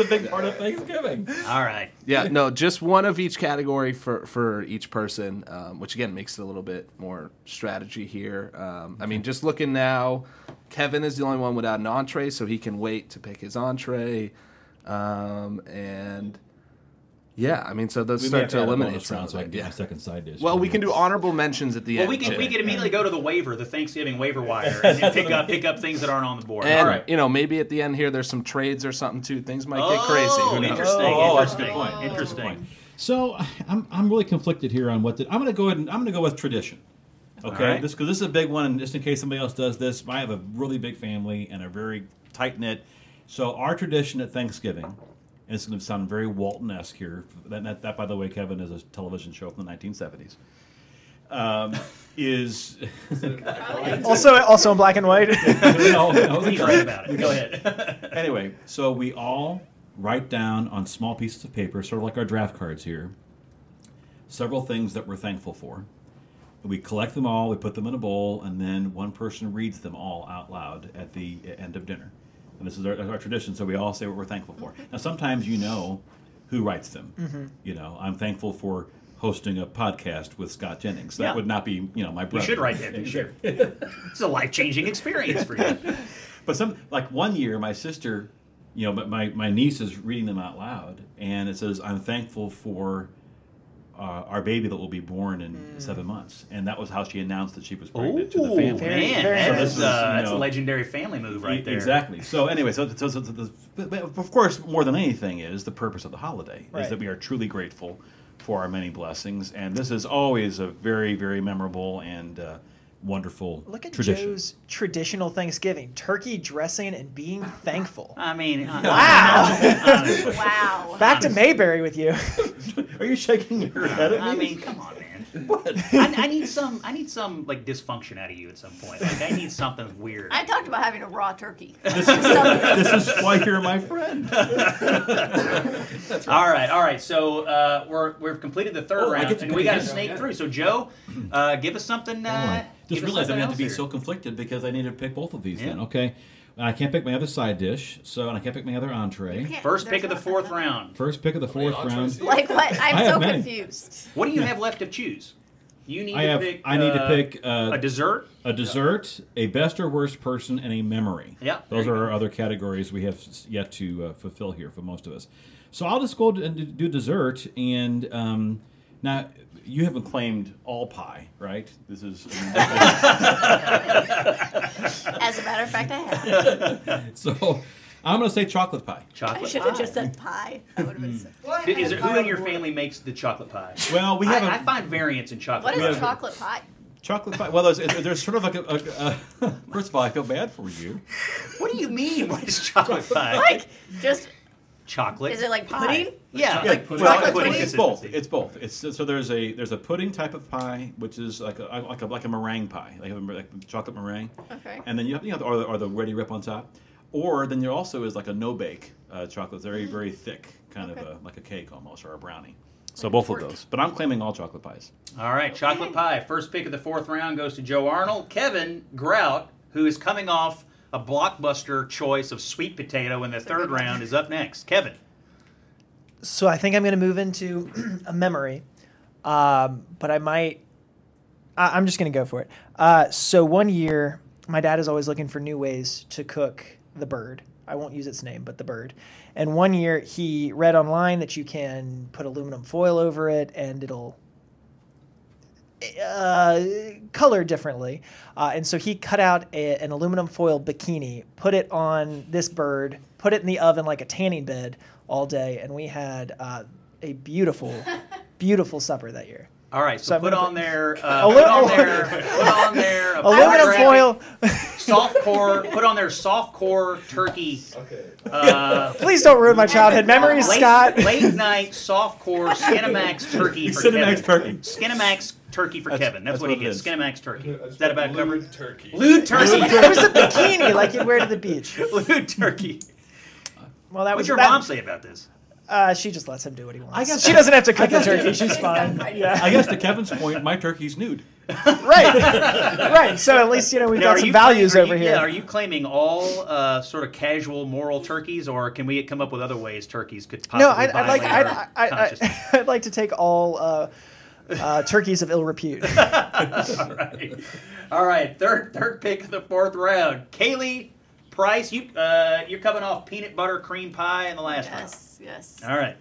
E: a big part of Thanksgiving.
B: All right.
F: Yeah, no, just one of each category for for each person, um, which again makes it a little bit more strategy here. Um, I mean, just looking now, Kevin is the only one without an entree, so he can wait to pick his entree, um, and yeah, I mean, so those
E: We may
F: start
E: have
F: to
E: add a
F: eliminate
E: bonus
F: some
E: round so I
F: of
E: can
F: it,
E: get my
F: yeah.
E: second side dish.
F: Well, we can do honorable mentions at the
B: Well,
F: end.
B: we can we
F: Okay.
B: can immediately go to the waiver, the Thanksgiving waiver wire, and then pick up pick up things that aren't on the board.
F: And
B: All
E: right.
F: you know, maybe at the end here, there's some trades or something too. Things might get
B: Oh,
F: crazy. Who knows?
B: interesting.
E: Oh, that's a
B: interesting.
E: good point.
B: Interesting.
E: Fine. So I'm, I'm really conflicted here on what the, I'm going to go ahead and I'm going to go with tradition. Okay,
B: right.
E: this because this is a big one, and just in case somebody else does this, I have a really big family and a very tight knit. So our tradition at Thanksgiving, and it's going to sound very Walton-esque here. That, that, that, by the way, Kevin is a television show from the 1970s. Um, is
C: Also, also in black and white.
E: no, no,
B: He's right about it. Go ahead.
E: Anyway, so we all write down on small pieces of paper, sort of like our draft cards here, several things that we're thankful for. We collect them all, we put them in a bowl, and then one person reads them all out loud at the end of dinner. And this is our, our tradition, so we all say what we're thankful for. Now, sometimes you know who writes them. You know, I'm thankful for hosting a podcast with Scott Jennings. That
B: Yeah.
E: would not be, you know, my brother.
B: should write that picture. It's a life changing experience for you.
E: But some like one year, my sister, you know, but my my niece is reading them out loud, and it says, "I'm thankful for uh, our baby that will be born in
C: Mm.
E: seven months," and that was how she announced that she was pregnant to the
B: Ooh,
E: family.
C: Very-
B: man,
C: very
B: that
E: nice.
B: is, uh,
E: You
B: that's a
E: know.
B: legendary family move right there.
E: Exactly. So anyway, so, so, so, so the, but- but of course, more than anything, is the purpose of the holiday
C: Right.
E: is that we are truly grateful for our many blessings, and this is always a very, very memorable and uh, wonderful
C: Look at
E: tradition.
C: Joe's traditional Thanksgiving: turkey dressing and being thankful.
B: I mean, uh,
C: Wow.
B: honestly.
D: Wow.
C: Back to Mayberry with you.
E: Are you shaking your head at me?
B: I mean, come on, man. I, I need some. I need some like dysfunction out of you at some point. Like I need something weird.
D: I talked about having a raw turkey.
E: this is why you're my friend.
B: All right, all right. So uh, we're we've completed the third
E: Oh, I
B: round,
E: get to
B: and
E: pick
B: we got to
E: again.
B: snake
E: Yeah.
B: through. So Joe, uh, give us something. Uh,
E: Just
B: give us
E: realized I'm
B: something
E: going to be
B: else
E: so
B: here.
E: conflicted because I need to pick both of these. Then
B: Yeah.
E: okay, I can't pick my other side dish, so and I can't pick my other entree.
D: Can't-
B: First pick
D: there's
B: of the
D: not
B: fourth
D: another-
B: round.
E: First pick of the fourth round.
D: Like what?
E: I
D: I'm
E: have
D: so
E: many.
D: confused.
B: What do you have left to choose? You need
E: I
B: to
E: have.
B: pick.
E: I need to
B: uh,
E: pick uh,
B: a dessert.
E: a dessert, a best or worst person, and a memory.
B: Yeah,
E: Those
B: there
E: are
B: you
E: our other categories we have s- yet to uh, fulfill here for most of us. So I'll just go d- and d- do dessert. And um, now you haven't claimed all pie, right? This is
D: As a matter of fact, I have.
E: so. I'm going to say chocolate pie.
D: I
B: Chocolate.
D: should have just said pie. I would have been so.
B: pie. Is it, who in your family makes the chocolate pie?
E: Well, we have a
B: I, I find variants in chocolate.
D: What
E: Yeah.
D: is chocolate pie?
E: chocolate pie. Well, there's, there's sort of like a, a, a. First of all, I feel bad for you.
B: What do you mean? What is chocolate pie?
D: Like, just
B: chocolate.
D: Is it like
B: pie.
D: pudding?
B: Yeah,
E: Yeah,
B: like
E: pudding.
B: chocolate
E: Well,
B: pudding.
E: It's both.
B: consistency.
E: It's both. It's so there's a there's a pudding type of pie, which is like a like a, like a meringue pie, like a, like a chocolate meringue.
D: Okay.
E: And then you have you know or the, or the ready rip on top, or then there also is like a no bake uh, chocolate, very very thick, kind of a, like a cake almost or a brownie. So both of
D: tort.
E: those, but I'm claiming all chocolate pies.
B: All right, chocolate pie. First pick of the fourth round goes to Joe Arnold. Kevin Grout, who is coming off a blockbuster choice of sweet potato in the third round, is up next. Kevin.
C: so I think I'm going to move into a memory, um, but I might. I, I'm just going to go for it. Uh, so one year, my dad is always looking for new ways to cook the bird. I won't use its name, but the bird. And one year, he read online that you can put aluminum foil over it and it'll uh, color differently. Uh, and so he cut out a, an aluminum foil bikini, put it on this bird, put it in the oven like a tanning bed all day, and we had uh, a beautiful, beautiful supper that year.
B: All right, so,
C: So I'm
B: put,
C: gonna
B: on
C: put-
B: there, uh,
C: A
B: put
C: little-
B: on there. Put on there. a
C: Aluminum
B: photographic-
C: foil.
B: Soft core. Put on there soft core turkey. Okay. Uh,
C: Please don't ruin my childhood memories,
B: late,
C: Scott.
B: Late night soft core Skinamax turkey for Kevin.
E: Cinemax turkey.
B: Skinamax turkey for Kevin. That's,
E: that's
B: what,
E: what
B: he
E: it
B: gets.
E: is.
B: Skinamax turkey. Is that about covered?
G: turkey.
B: Lewd turkey.
C: It was a bikini like you'd wear to the beach.
B: Lewd turkey.
C: Well, that
B: What's
C: was
B: your
C: that-
B: mom say about this?
C: Uh, she just lets him do what he wants.
E: I guess-
C: she doesn't have to
E: I
C: cook the
E: guess-
C: turkey. She's fine.
D: Yeah.
E: I guess to Kevin's point, my turkey's nude.
C: right, right. So at least you know we've
B: Now,
C: got
B: are
C: some
B: you
C: values
B: claim- are
C: over
B: you-
C: here.
B: Yeah, are you claiming all uh, sort of casual moral turkeys, or can we come up with other ways turkeys could possibly
C: No, I'd, I'd like
B: violate
C: I'd,
B: our
C: I, I,
B: consciousness?
C: I, I'd like to take all uh, uh, turkeys of ill repute.
B: all right, all right. Third, third pick of the fourth round. Kaylee Price, you uh, you're coming off peanut butter cream pie in the last
D: Yes, yes.
B: round. All right,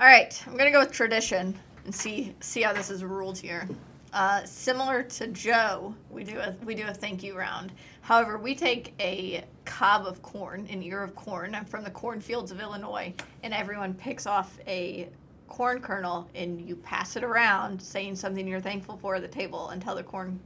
D: All right, I'm gonna go with tradition and see see how this is ruled here. Uh, similar to Joe, we do a we do a thank you round. However, we take a cob of corn, an ear of corn. I'm from the cornfields of Illinois, and everyone picks off a corn kernel and you pass it around, saying something you're thankful for at the table until the corn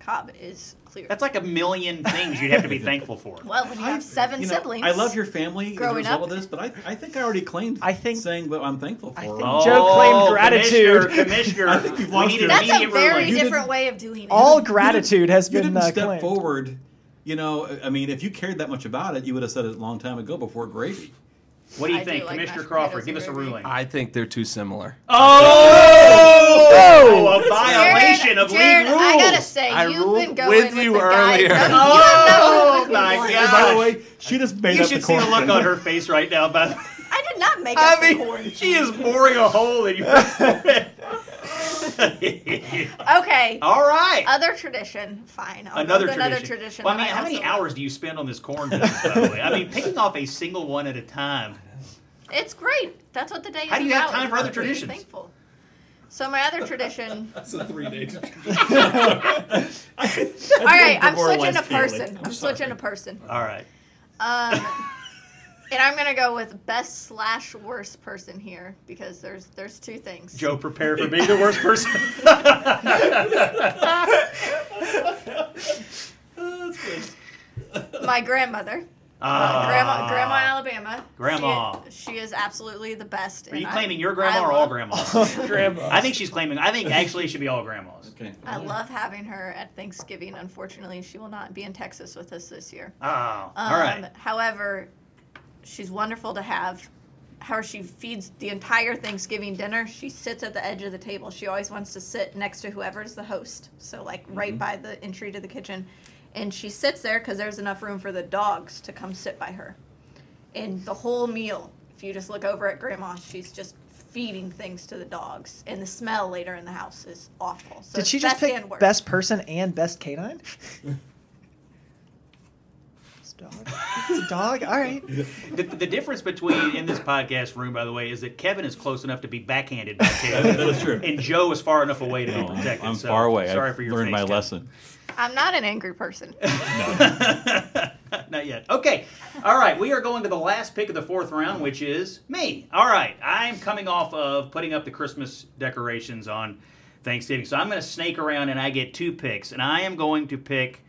D: cob is clear.
B: that's like a million things you'd have to be thankful for.
D: well, when you have seven
E: You know,
D: siblings,
E: I love your family as a
D: growing
E: result
D: up.
E: of this, but I, I think I already claimed
C: I think-
E: saying what I'm thankful for.
C: think
B: Oh.
E: on-
C: Joe claimed gratitude.
B: Commissioner, commissioner
E: I think you've
B: we
E: lost
B: need
E: your-
B: an
D: That's a
B: immediate
D: very
B: ruling.
E: You
D: different
E: didn't-
D: way of doing it.
C: all gratitude has
E: you
C: been
E: didn't
C: uh,
E: step
C: claimed.
E: forward. You know, I- I mean, if you cared that much about it, you would have said it a long time ago before gravy.
B: What do you
D: I do
B: think,
D: like
B: Commissioner
D: mashed
B: Crawford?
D: potatoes
B: Give
D: and
B: us a
D: gravy.
B: ruling.
F: I think they're too similar.
B: Oh, a violation
D: Jared,
B: of
D: Jared,
B: league rules.
D: I gotta say,
F: I
D: you've
F: ruled
D: been going
F: with
D: with
F: you
D: the guy.
F: earlier.
D: No, you don't
B: Oh,
D: know who
B: my
D: was.
B: God.
E: By the way, she just made
B: you
E: up the
B: should see the
E: corn
B: look
E: thing.
B: on her face right now. By the way,
D: I did not make up
B: I
D: the corn.
B: mean, she is boring a hole in your.
D: Okay.
B: All right.
D: Other tradition, fine. I'll go
B: Oh. another
D: with
B: tradition.
D: another tradition.
B: Well, I
D: that
B: mean, how many
D: also love.
B: hours do you spend on this corn business? By the way, I mean, picking off a single one at a time.
D: It's great. That's what the day.
B: How
D: is
B: do you have
D: about,
B: time
D: is
B: for other
D: being
B: traditions?
D: Thankful. So my other tradition.
G: That's a three day.
D: All right, I'm
E: demoralized
D: switching to
E: feeling.
D: person. I'm,
E: I'm
D: switching to person.
B: All right.
D: Um, And I'm gonna go with best slash worst person here because there's there's two things.
B: Joe, prepare for being the worst person.
D: My grandmother,
B: Ah.
D: Uh, grandma, grandma in Alabama.
B: Grandma.
D: She, she is absolutely the best.
B: Are you
D: and I-
B: claiming your grandma or
D: I
B: all
D: love-
B: grandmas?
C: Grandma.
B: I think she's claiming. I think actually it should be all grandmas.
E: Okay.
D: I love having her at Thanksgiving. Unfortunately, she will not be in Texas with us this year.
B: Oh, all right.
D: Um, However, she's wonderful to have. How she feeds the entire Thanksgiving dinner. She sits at the edge of the table. She always wants to sit next to whoever's the host. So, like,
C: Mm-hmm.
D: right by the entry to the kitchen. And she sits there because there's enough room for the dogs to come sit by her. And the whole meal, if you just look over at grandma, she's just feeding things to the dogs. And the smell later in the house is awful. So
C: Did
D: it's
C: she just
D: best
C: pick
D: and worst.
C: best person and best canine? it's a dog. It's a dog. All right.
B: The, the difference between in this podcast room, by the way, is that Kevin is close enough to be backhanded by Kevin,
E: That is true.
B: and Joe is far enough away to
E: No,
B: be
E: I'm,
B: protected.
E: I'm
B: so
E: far away.
B: Sorry
E: I've
B: for your
E: learned
B: face,
E: my
B: Kevin.
E: lesson.
D: I'm not an angry person.
B: Not yet. Okay. All right. We are going to the last pick of the fourth round, which is me. All right. I'm coming off of putting up the Christmas decorations on Thanksgiving. So I'm going to snake around and I get two picks. And I am going to pick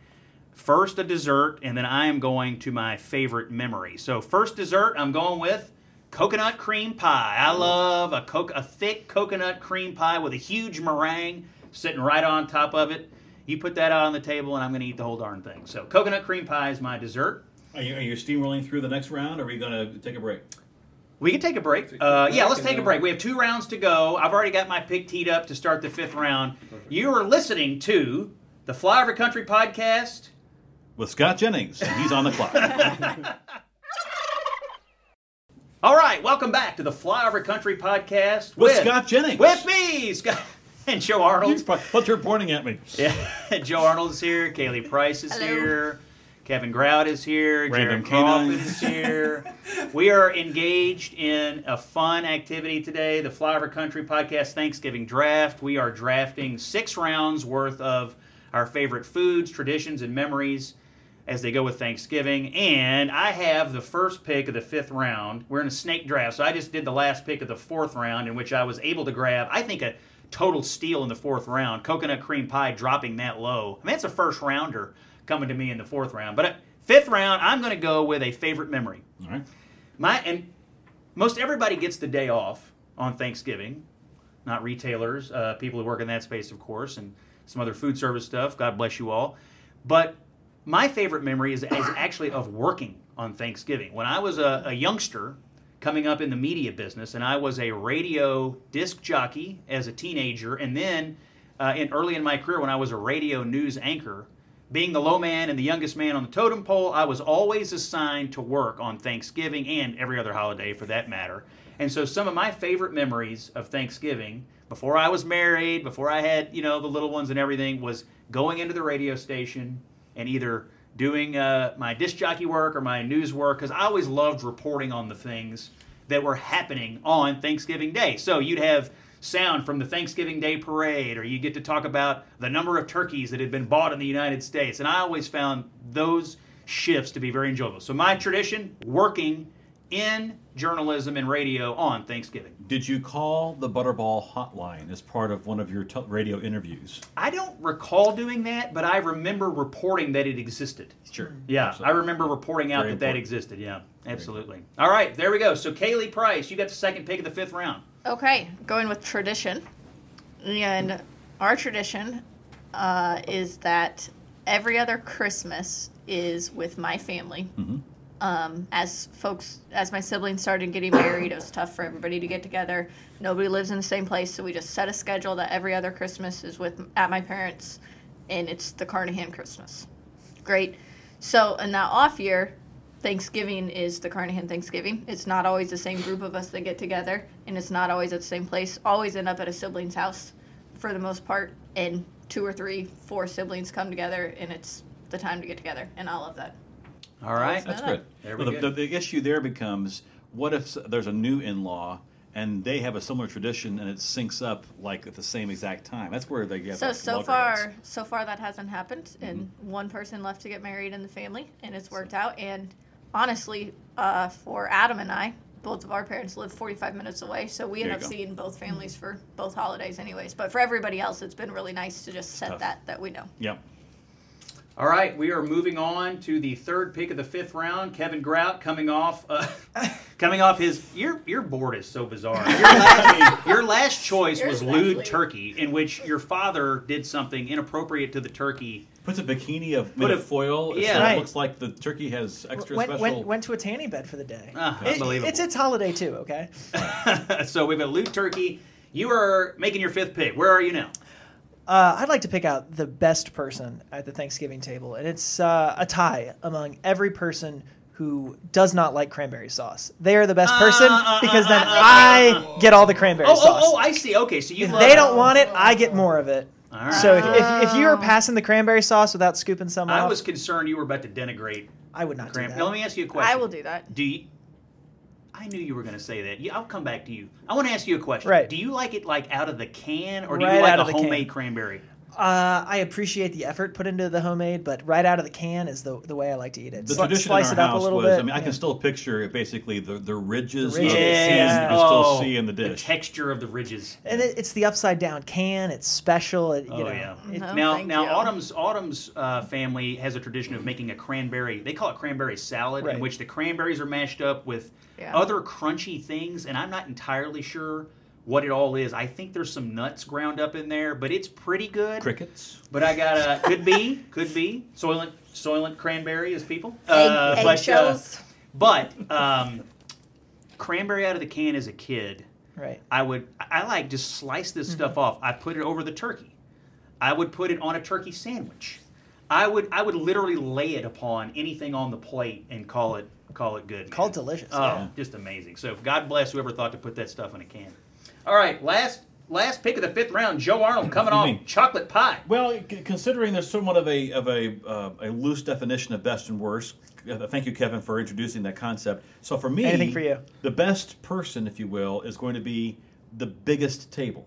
B: first a dessert and then I am going to my favorite memory. So, first dessert, I'm going with coconut cream pie. I love a, co- a thick coconut cream pie with a huge meringue sitting right on top of it. You put that out on the table, and I'm going to eat the whole darn thing. So, coconut cream pie is my dessert.
E: Are you, are you steamrolling through the next round? Or are we going to take a break?
B: We can take a break. Uh, yeah, let's take a break. We have two rounds to go. I've already got my pick teed up to start the fifth round. You are listening to the Flyover Country podcast.
E: With Scott Jennings, and he's on the clock.
B: All right, welcome back to the Flyover Country podcast
E: With Scott Jennings.
B: with me, Scott and Joe Arnold.
E: But you're pointing at me.
B: Yeah, Joe Arnold is here. Kaylee Price is
D: Hello.
B: here. Kevin Grout is here.
E: Random
B: Jared Crawford
E: canines.
B: is here. we are engaged in a fun activity today, the Flyover Country Podcast Thanksgiving Draft. We are drafting six rounds worth of our favorite foods, traditions, and memories as they go with Thanksgiving. And I have the first pick of the fifth round. We're in a snake draft, so I just did the last pick of the fourth round, in which I was able to grab, I think, a total steal in the fourth round. Coconut cream pie dropping that low. I mean, it's a first rounder coming to me in the fourth round. But uh, fifth round, I'm going to go with a favorite memory.
E: All right.
B: My and most everybody gets the day off on Thanksgiving, not retailers, uh, people who work in that space, of course, and some other food service stuff. God bless you all. But my favorite memory is, is actually of working on Thanksgiving. When I was a, a youngster coming up in the media business, and I was a radio disc jockey as a teenager, and then uh, in early in my career when I was a radio news anchor. Being the low man and the youngest man on the totem pole, I was always assigned to work on Thanksgiving and every other holiday for that matter. And so some of my favorite memories of Thanksgiving before I was married, before I had, you know, the little ones and everything was going into the radio station and either doing uh, my disc jockey work or my news work because I always loved reporting on the things that were happening on Thanksgiving Day. So you'd have sound from the Thanksgiving Day parade, or you get to talk about the number of turkeys that had been bought in the United States. And I always found those shifts to be very enjoyable. So my tradition working in journalism and radio on Thanksgiving.
E: Did you call the Butterball hotline as part of one of your t- radio interviews?
B: I don't recall doing that, but I remember reporting that it existed.
E: Sure.
C: Hmm.
B: Yeah,
E: Absolutely.
B: I remember reporting out
E: Very
B: that that
E: important.
B: existed. Yeah, absolutely. All right, there we go. So Kaylee Price, you got the second pick of the fifth round.
D: Okay, going with tradition. And our tradition uh, is that every other Christmas is with my family. Um, as folks, as my siblings started getting married, it was tough for everybody to get together. Nobody lives in the same place, so we just set a schedule that every other Christmas is with at my parents, and it's the Carnahan Christmas. Great. So in that off year, Thanksgiving is the Carnahan Thanksgiving. It's not always the same group of us that get together, and it's not always at the same place. Always end up at a sibling's house for the most part, and two or three, four siblings come together, and it's the time to get together, and I love that.
B: All right.
E: That's good.
B: There we
E: the,
B: go.
E: the, the issue there becomes what if s- there's a new in law and they have a similar tradition and it syncs up like at the same exact time? That's where they get
D: So
E: that
D: so
E: loggerheads.
D: far,
B: Mm-hmm.
D: so far that hasn't happened, and one person left to get married in the family, and it's worked out. And honestly, uh, for Adam and I, both of our parents live 45 minutes away, so we end
E: There
D: up
E: you go.
D: seeing
B: Mm-hmm.
D: both families for both holidays, anyways. But for everybody else, it's been really nice to just set
E: tough.
D: that that we know.
E: Yep.
B: All right, we are moving on to the third pick of the fifth round. Kevin Grout coming off, uh, coming off his your your board is so bizarre. Your last, your last choice
D: Yours
B: was
D: is
B: lewd
D: actually-
B: turkey, in which your father did something inappropriate to the turkey.
E: Puts a bikini of
B: Put
E: made
B: a-
E: of foil.
B: yeah.
E: so
C: Right.
E: It looks like the turkey has extra
C: went,
E: special.
C: went, went to a tanning bed for the day.
B: Ah,
C: It-
B: unbelievable.
C: It's its holiday too, okay?
B: so we've got lewd turkey. You are making your fifth pick. Where are you now?
C: Uh, I'd like to pick out the best person at the Thanksgiving table, and it's uh, a tie among every person who does not like cranberry sauce. They are the best person
B: uh,
C: because
B: uh,
C: then
B: uh,
C: I get all the cranberry
B: Oh,
C: sauce.
B: oh, oh, I see. Okay, so you
C: if
B: love
C: they don't want it, I get more of it.
B: All right.
C: So if, if, if you were passing the cranberry sauce without scooping some
B: I
C: off,
B: was concerned you were about to denigrate
C: I would not do
B: Graham.
C: that.
B: Now, let me ask you a question.
D: I will do that.
B: Do you? I knew you were going to say that. Yeah, I'll come back to you. I want to ask you a question.
C: Right.
B: Do you like it like out of the can, or do
C: Right
B: you like
C: out
B: a
C: of the can.
B: homemade cranberry?
C: Uh, I appreciate the effort put into the homemade, but right out of the can is the, the way I like to eat it.
E: the
C: Sli-
E: tradition
C: slice
E: in
C: it
E: our
C: up
E: house
C: a little
E: was.
C: bit.
E: I mean, I
C: yeah.
E: can still picture it basically the the ridges,
C: Ridges.
E: of the
C: Yeah.
E: sand you can
B: Oh,
E: still see in the dish.
B: texture of the ridges.
C: and it, it's the upside down can. It's special. It, Uh, you
B: Oh
C: know,
B: yeah.
C: it-
D: No,
B: now,
D: Uh-huh, thank
B: now
D: you.
B: Autumn's Autumn's uh, family has a tradition of making a cranberry. They call it cranberry salad,
C: Right.
B: in which the cranberries are mashed up with
D: Yeah.
B: other crunchy things, and I'm not entirely sure what it all is. I think there's some nuts ground up in there, but it's pretty good.
E: Crickets.
B: But I got a could be could be soylent soylent cranberry is people
D: Egg,
B: but, uh,
D: eggshells.
B: but um, cranberry out of the can as a kid.
C: Right.
B: I would I I like just slice this
D: Mm-hmm.
B: stuff off. I put it over the turkey. I would put it on a turkey sandwich. I would I would literally lay it upon anything on the plate and call it call it good.
C: Called
B: man.
C: delicious,
B: Oh,
C: yeah.
B: just amazing. So God bless whoever thought to put that stuff in a can. All right, last last pick of the fifth round. Joe Arnold coming
E: Excuse
B: off
E: me.
B: chocolate pie.
E: Well, c- considering there's somewhat of a of a uh, a loose definition of best and worst. uh, Thank you, Kevin, for introducing that concept. So for me,
C: Anything for you.
E: the best person, if you will, is going to be the biggest table.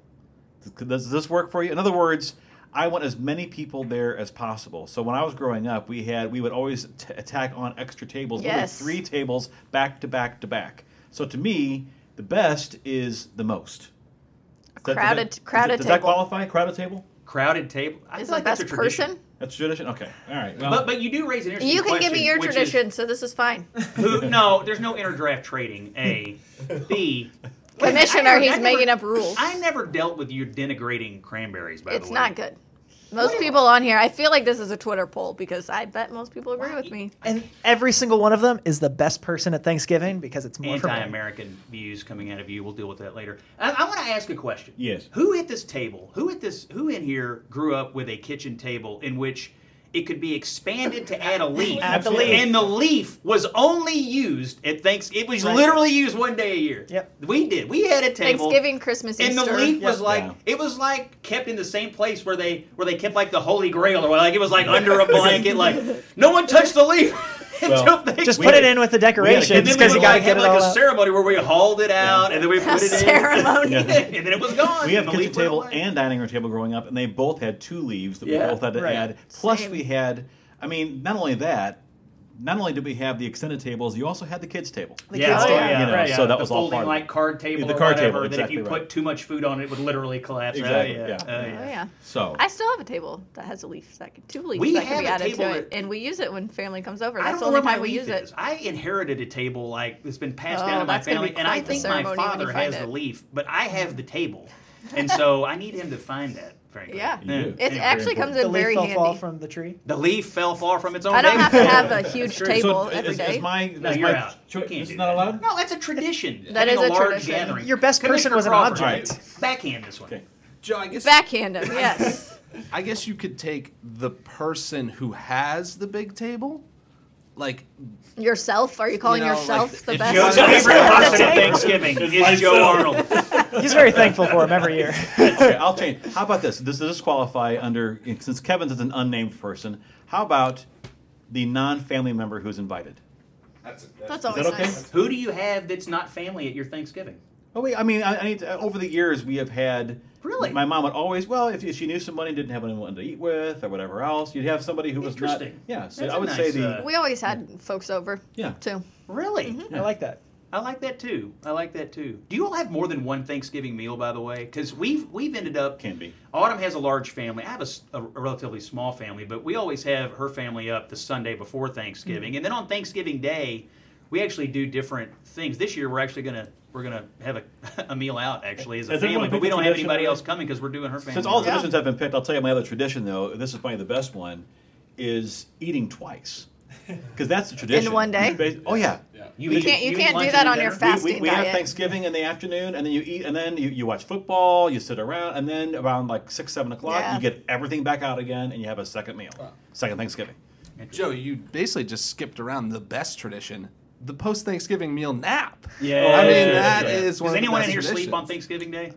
E: Th- Does this work for you? In other words, I want as many people there as possible. So when I was growing up, we had we would always t- attack on extra tables, literally
D: Yes.
E: three tables back to back to back. So to me, the best is the most. Does that- does that-
D: Crowded-
E: does that-
D: crowded
E: Does that
D: table.
E: qualify? Crowded table.
B: Crowded table. I
D: Is
B: feel
D: the
B: like that's a
D: best
B: tradition.
D: person?
E: That's tradition. Okay. All right. Well,
B: But but you do raise an interesting
D: You can give me your
B: question, which is-
D: tradition, so this is fine.
B: Who, no, there's no interdraft trading. A, B.
D: Commissioner,
B: I never-
D: he's
B: I never-
D: making up rules.
B: I never dealt with you denigrating cranberries. By
D: It's
B: the way,
D: not good. Most people on here, I feel like this is a Twitter poll because I bet most people agree
B: e-
D: with me.
C: And every single one of them is the best person at Thanksgiving because it's more for me.
B: Anti-American views coming out of you. We'll deal with that later. I, I want to ask a question.
E: Yes.
B: Who at this table? Who at this? Who in here grew up with a kitchen table in which? It could be expanded to add a leaf,
C: Add
E: the leaf.
B: and the leaf was only used at thanks. It was
C: Right.
B: literally used one day a year.
C: Yep.
B: we did. We had a table.
D: Thanksgiving, Christmas,
B: and the
D: Easter.
B: leaf was
C: Yeah.
B: like
E: Yeah.
B: it was like kept in the same place where they where they kept like the holy grail or like it was like under a blanket like no one touched the leaf until
E: Well,
B: they
C: Just
E: We
C: put
E: had
C: it
E: a-
C: in with the
E: we had a-
B: and
C: decorations
B: then
C: because
B: we
C: you
B: would
C: got to
B: like have
C: get it
B: like
C: all
B: a
C: out.
B: ceremony where we hauled it out and then we put it in
D: ceremony.
B: and then it was gone
E: we have
B: and the
E: kitchen
B: leaf went
E: table
B: away.
E: and dining room table growing up, and they both had two leaves that
B: Yeah,
E: we both had to
C: right.
E: add. Plus,
D: Same.
E: we had. I mean, not only that, not only did we have the extended tables, you also had the kids' table.
B: yeah,
C: kids
B: oh,
C: table,
B: yeah,
E: you know,
B: right,
E: so
B: yeah.
E: that
B: the
E: was all
B: folding
E: part of it.
B: like card table
E: The
B: or
E: card
B: whatever
E: table,
B: that if you
E: exactly
B: put
E: right.
B: too much food on it, it would literally collapse
E: Exactly,
B: oh, yeah.
E: yeah.
B: Oh,
D: Oh
B: yeah.
D: yeah.
E: So
D: I still have a table that has a leaf that can two leaves
B: We
D: that can
B: have
D: be
B: a
D: added to
B: table
D: it,
B: that-
D: and we use it when family comes over.
B: I
D: That's
B: don't
D: the
B: know where
D: only
B: my
D: time we
B: leaf
D: use
B: is.
D: it.
B: I inherited a table like it's been passed
D: Oh,
B: down to my
D: that's gonna be
B: family, and I
D: quite the
B: think my
D: ceremony when you
B: father
D: find
B: has the
D: it.
B: leaf, but I have the table, and so I need him to find that. Frankly,
D: Yeah.
E: You do.
D: It
E: Very
D: actually
E: important.
D: comes
C: The
D: in very
C: leaf will fall
D: handy.
C: from the tree.
B: the leaf fell far from its own.
D: I don't
B: baby
D: have to
B: fold.
D: have a
B: That's
D: huge
B: true.
D: table.
E: so
D: every
E: is,
D: day.
E: is my is
B: No, you're
E: my
B: out.
E: cho-
B: You can't
E: is
B: do
E: it not
B: that.
E: allowed?
B: No, that's a tradition.
D: That
B: Having
D: is a
B: large
D: tradition.
B: gathering.
C: Your best person
B: Commissioner
C: was an
B: Crawford,
C: object.
B: Backhand this one.
E: Okay.
F: Joe, I guess
D: Backhand him, yes.
F: I guess you could take the person who has the big table, like
D: yourself? Are you calling
F: know, like,
D: yourself
F: if
D: the
F: you
B: Joe's
D: best?
F: don't-
B: favorite person at Thanksgiving is Joe Arnold.
C: He's very thankful for him every year.
E: okay, I'll change. How about this? Does this qualify under since Kevin's is an unnamed person? How about the non-family member who's invited?
G: That's,
D: That's
E: Is
D: always
E: that okay?
D: nice.
B: Who do you have that's not family at your Thanksgiving?
E: Oh wait, I mean, I, I need to, over the years we have had
B: Really?
E: My mom would always, well, if she knew somebody and didn't have anyone to eat with or whatever else, you'd have somebody who was not.
B: Interesting.
E: Yeah, so
B: That's
E: I
B: a
E: would
B: nice,
E: say the
B: uh,
D: We always had folks over.
E: Yeah.
D: Too.
B: Really?
D: Mm-hmm.
C: I like that.
B: I like that too. I like that too. Do you all have more than one Thanksgiving meal, by the way? Because we've we've ended up
E: Can be.
B: Autumn has a large family. I have a, s- a relatively small family, but we always have her family up the Sunday before Thanksgiving, and then on Thanksgiving Day, we actually do different things. This year, we're actually gonna we're gonna have a, a meal out actually as a
E: Has everyone
B: family, but
E: picked
B: we
E: a
B: don't have
E: tradition
B: anybody
E: already?
B: else coming because we're doing her family.
E: Since all the
B: meal.
E: traditions have been picked, I'll tell you my other tradition though. This is probably the best one, is eating twice, because that's the tradition.
D: one day?
E: Ba- Oh yeah.
B: you,
D: You
B: eat-
D: can't. You,
B: eat
D: can't
B: lunch and
D: do that
B: eat
D: on your
B: dinner?
E: We,
D: fasting
E: we, we
D: diet.
E: have Thanksgiving in the afternoon, and then you eat, and then you, you watch football. You sit around, and then around like six, seven o'clock,
D: Yeah.
E: you get everything back out again, and you have a second meal, second Thanksgiving.
F: Joe, you basically just skipped around the best tradition, the post Thanksgiving meal nap.
B: Yeah,
F: I mean,
B: yeah,
F: that
B: yeah.
F: is one
B: Does
F: of the
B: anyone
F: best
B: in here sleep
F: traditions.
B: on Thanksgiving Day?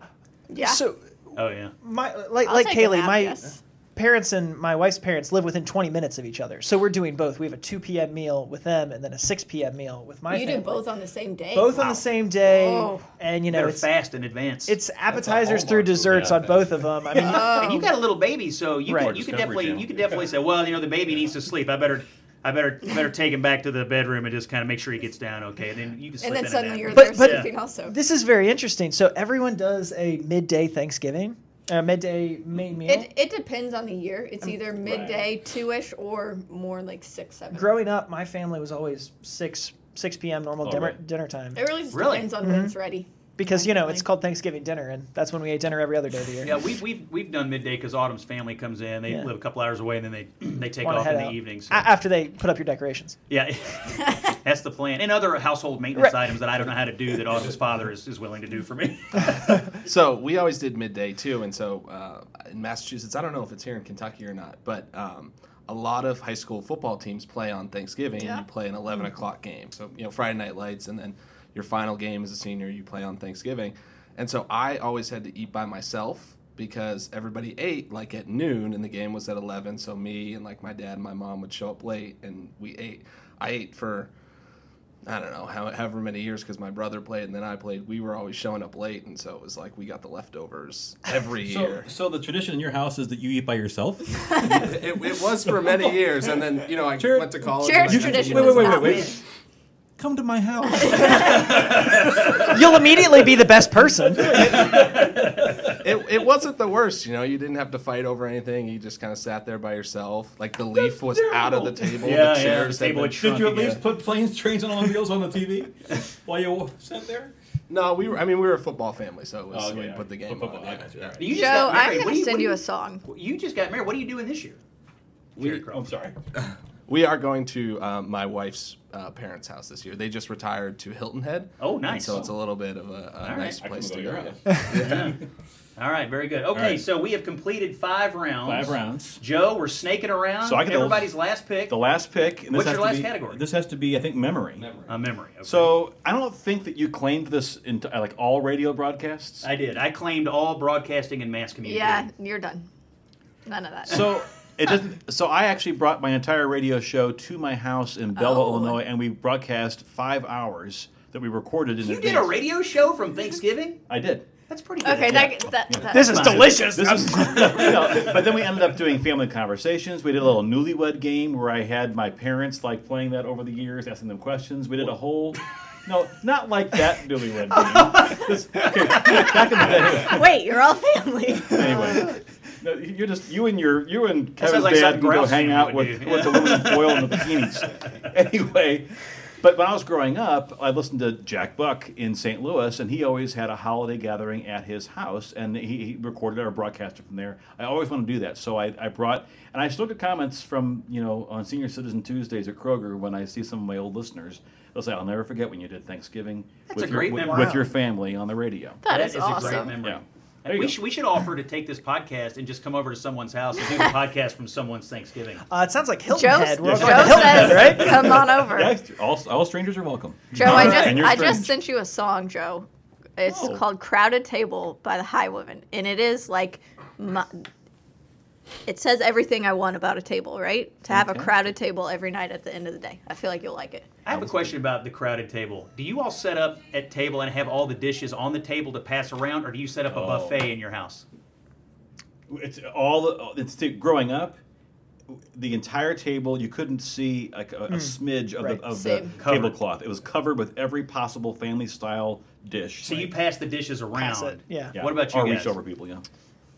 D: yeah.
C: So
B: Oh yeah.
C: my like
D: I'll
C: like
D: take a
C: Kaylee,
D: nap,
C: my
D: yes.
C: parents and my wife's parents live within 20 minutes of each other, so we're doing both. We have a 2 p.m. meal with them, and then a 6 p.m. meal with my.
D: you
C: family.
D: do both on the same day.
C: both on the same day,
D: Oh.
C: and you know
B: Better
C: it's
B: fast in advance.
C: it's appetizers through
G: hallmark movie,
C: desserts
G: I
C: on
G: think.
C: both of them. I mean,
D: Oh.
B: and you got a little baby, so you
C: Um, Right.
B: could, you could
E: Discovery
B: definitely
E: Channel.
B: you could definitely say, well, you know, the baby needs to sleep. I better I better better take him back to the bedroom and just kind of make sure he gets down okay. And then you can slip
D: And then
B: in a
D: suddenly
B: nap.
D: you're
C: But-
D: there
C: but-
D: sleeping also.
C: this is very interesting. So everyone does a midday Thanksgiving, a midday main meal.
D: It, it depends on the year.
C: Um,
D: It's either midday, two ish, or more like six, seven.
C: Growing up, my family was always six six p.m. normal
E: Oh,
C: dinner,
E: right.
C: dinner time
D: it really just
B: Really?
D: depends on
C: Mm-hmm.
D: when it's ready.
C: because you know it's
D: Like-
C: called Thanksgiving dinner, and that's when we ate dinner every other day of the year.
B: yeah, we've, we've, we've done midday because Autumn's family comes in. They
C: Yeah.
B: live a couple hours away, and then they they take
C: Wanna
B: off in
C: head
B: the
C: out.
B: evening. So.
C: A- after they put up your decorations.
B: yeah, that's the plan. And other household maintenance
C: Right.
B: items that I don't know how to do that Autumn's father is, is willing to do for me.
F: So we always did midday too, and so uh, in Massachusetts, I don't know if it's here in Kentucky or not, but um, a lot of high school football teams play on Thanksgiving.
D: Yeah.
F: And you play an eleven o'clock game, so you know Friday night lights, and then your final game as a senior you play on Thanksgiving, and so I always had to eat by myself because everybody ate like at noon and the game was at 11 so me and like my dad and my mom would show up late and we ate i ate for I don't know, how, however many years, because my brother played and then I played, we were always showing up late. And so it was like we got the leftovers every
E: So,
F: year.
E: so the tradition in your house is that you eat by yourself.
F: it, it was for many years. And then, you know, I
E: Jared-
F: went to college.
D: Jared's
F: and I-
D: tradition
E: wait,
D: is
E: wait, wait,
D: not
E: wait.
D: mine.
E: Come to my house.
C: You'll immediately be the best person.
F: It, it wasn't the worst, you know, you didn't have to fight over anything. You just kind of sat there by yourself. Like the leaf was out of the table,
B: Yeah, yeah,
F: the chairs.
B: the
F: had
B: table
F: been
B: had
E: Did you at
B: Shrunk again.
E: least put planes, trains, and automobiles on the TV while you sat there?
F: No, we were, I mean, we were a football family, so it was,
E: okay,
F: we
E: all
F: put the
E: right.
F: game
E: Football,
F: on.
E: I
F: yeah.
E: got you, all right.
B: you just
D: Joe,
B: got married.
D: I'm
B: What
D: going
B: do
D: to
B: you-
D: send
B: what
D: you
B: do
D: a song.
B: You just got married. What are you doing this year? Jerry
E: We,
B: Crow.
E: I'm sorry.
F: We are going to um, my wife's uh, parents' house this year. They just retired to Hilton Head.
B: Oh,
F: And
B: nice.
F: so it's a little bit of a, a
B: right.
F: nice
E: I
F: place
E: couldn't go
F: to
E: to
F: go.
E: your
F: yeah.
E: house.
B: Yeah. All right, very good. Okay,
E: right.
B: so we have completed five rounds.
E: Five rounds.
B: Joe, we're snaking around.
E: So I get the-
B: everybody's last pick.
E: The last pick. And this
B: What's
E: has
B: your
E: to
B: last
E: be-
B: category?
E: This has to be, I think, memory.
B: a memory. okay.
E: So I don't think that you claimed this in like all radio broadcasts.
B: I did. I claimed all broadcasting and mass
D: Yeah,
B: communication.
D: you're done. None of that.
E: So it doesn't. So I actually brought my entire radio show to my house in Belleville,
D: Oh.
E: Illinois, and we broadcast five hours that we recorded in
B: You
E: advance.
B: did a radio show from Thanksgiving?
E: I did.
B: That's pretty good.
D: okay, that, that, that,
C: This is delicious.
E: This is, you know, but then we ended up doing family conversations. We did a little newlywed game where I had my parents like playing that over the years, asking them questions. We did a whole. No, not like that newlywed game. This- okay, back in the day.
D: Ah, Wait, you're all family.
E: Anyway, no, you're just you and your you and
B: sounds
E: Kevin's
B: like
E: dad
B: something
E: can go
B: Grouse
E: hang
B: Jr.
E: out
B: would
E: with,
B: do.
E: with the women in foil and the bikinis. Anyway, but when I was growing up, I listened to Jack Buck in St. Louis, and he always had a holiday gathering at his house, and he, he recorded or broadcasted from there. I always want to do that, so I, I brought and I still get comments from you know on Senior Citizen Tuesdays at Kroger when I see some of my old listeners. They'll say, "I'll never forget when you did Thanksgiving
B: That's
E: with
B: a
E: your
B: great
E: with,
B: memory.
E: with your family on the radio."
D: that
B: That
D: is,
B: is a great
D: awesome.
B: memory.
E: Yeah. There you
B: We
E: go.
B: should, we should offer to take this podcast and just come over to someone's house and do the podcast from someonene's Thanksgiving.
C: Uh, it sounds like Hilton
D: Joe,
C: Head. We're all
D: Joe
C: going to Hilton
D: says,
C: Head, right?
D: come on over.
E: Yes, all, all strangers are welcome.
D: Joe, I
E: And
D: just
E: you're
D: I just
E: strange.
D: sent you a song, Joe. It's
E: Oh.
D: called "Crowded Table" by the High Women, and it is like, my, it says everything I want about a table, right? To have a crowded table every night at the end of the day. I feel like you'll like it.
B: I have a question about the crowded table. Do you all set up at table and have all the dishes on the table to pass around, or do you set up a
E: Oh.
B: buffet in your house?
E: It's all the- it's t- growing up. The entire table, you couldn't see like a, a smidge of
C: right.
E: the, of the
D: Same.
B: Covered.
E: tablecloth. It was covered with every possible family style dish.
B: So you pass the dishes around.
C: Pass it, yeah.
E: Yeah,
B: What about you
E: Or
B: guys?
E: reach over people, yeah.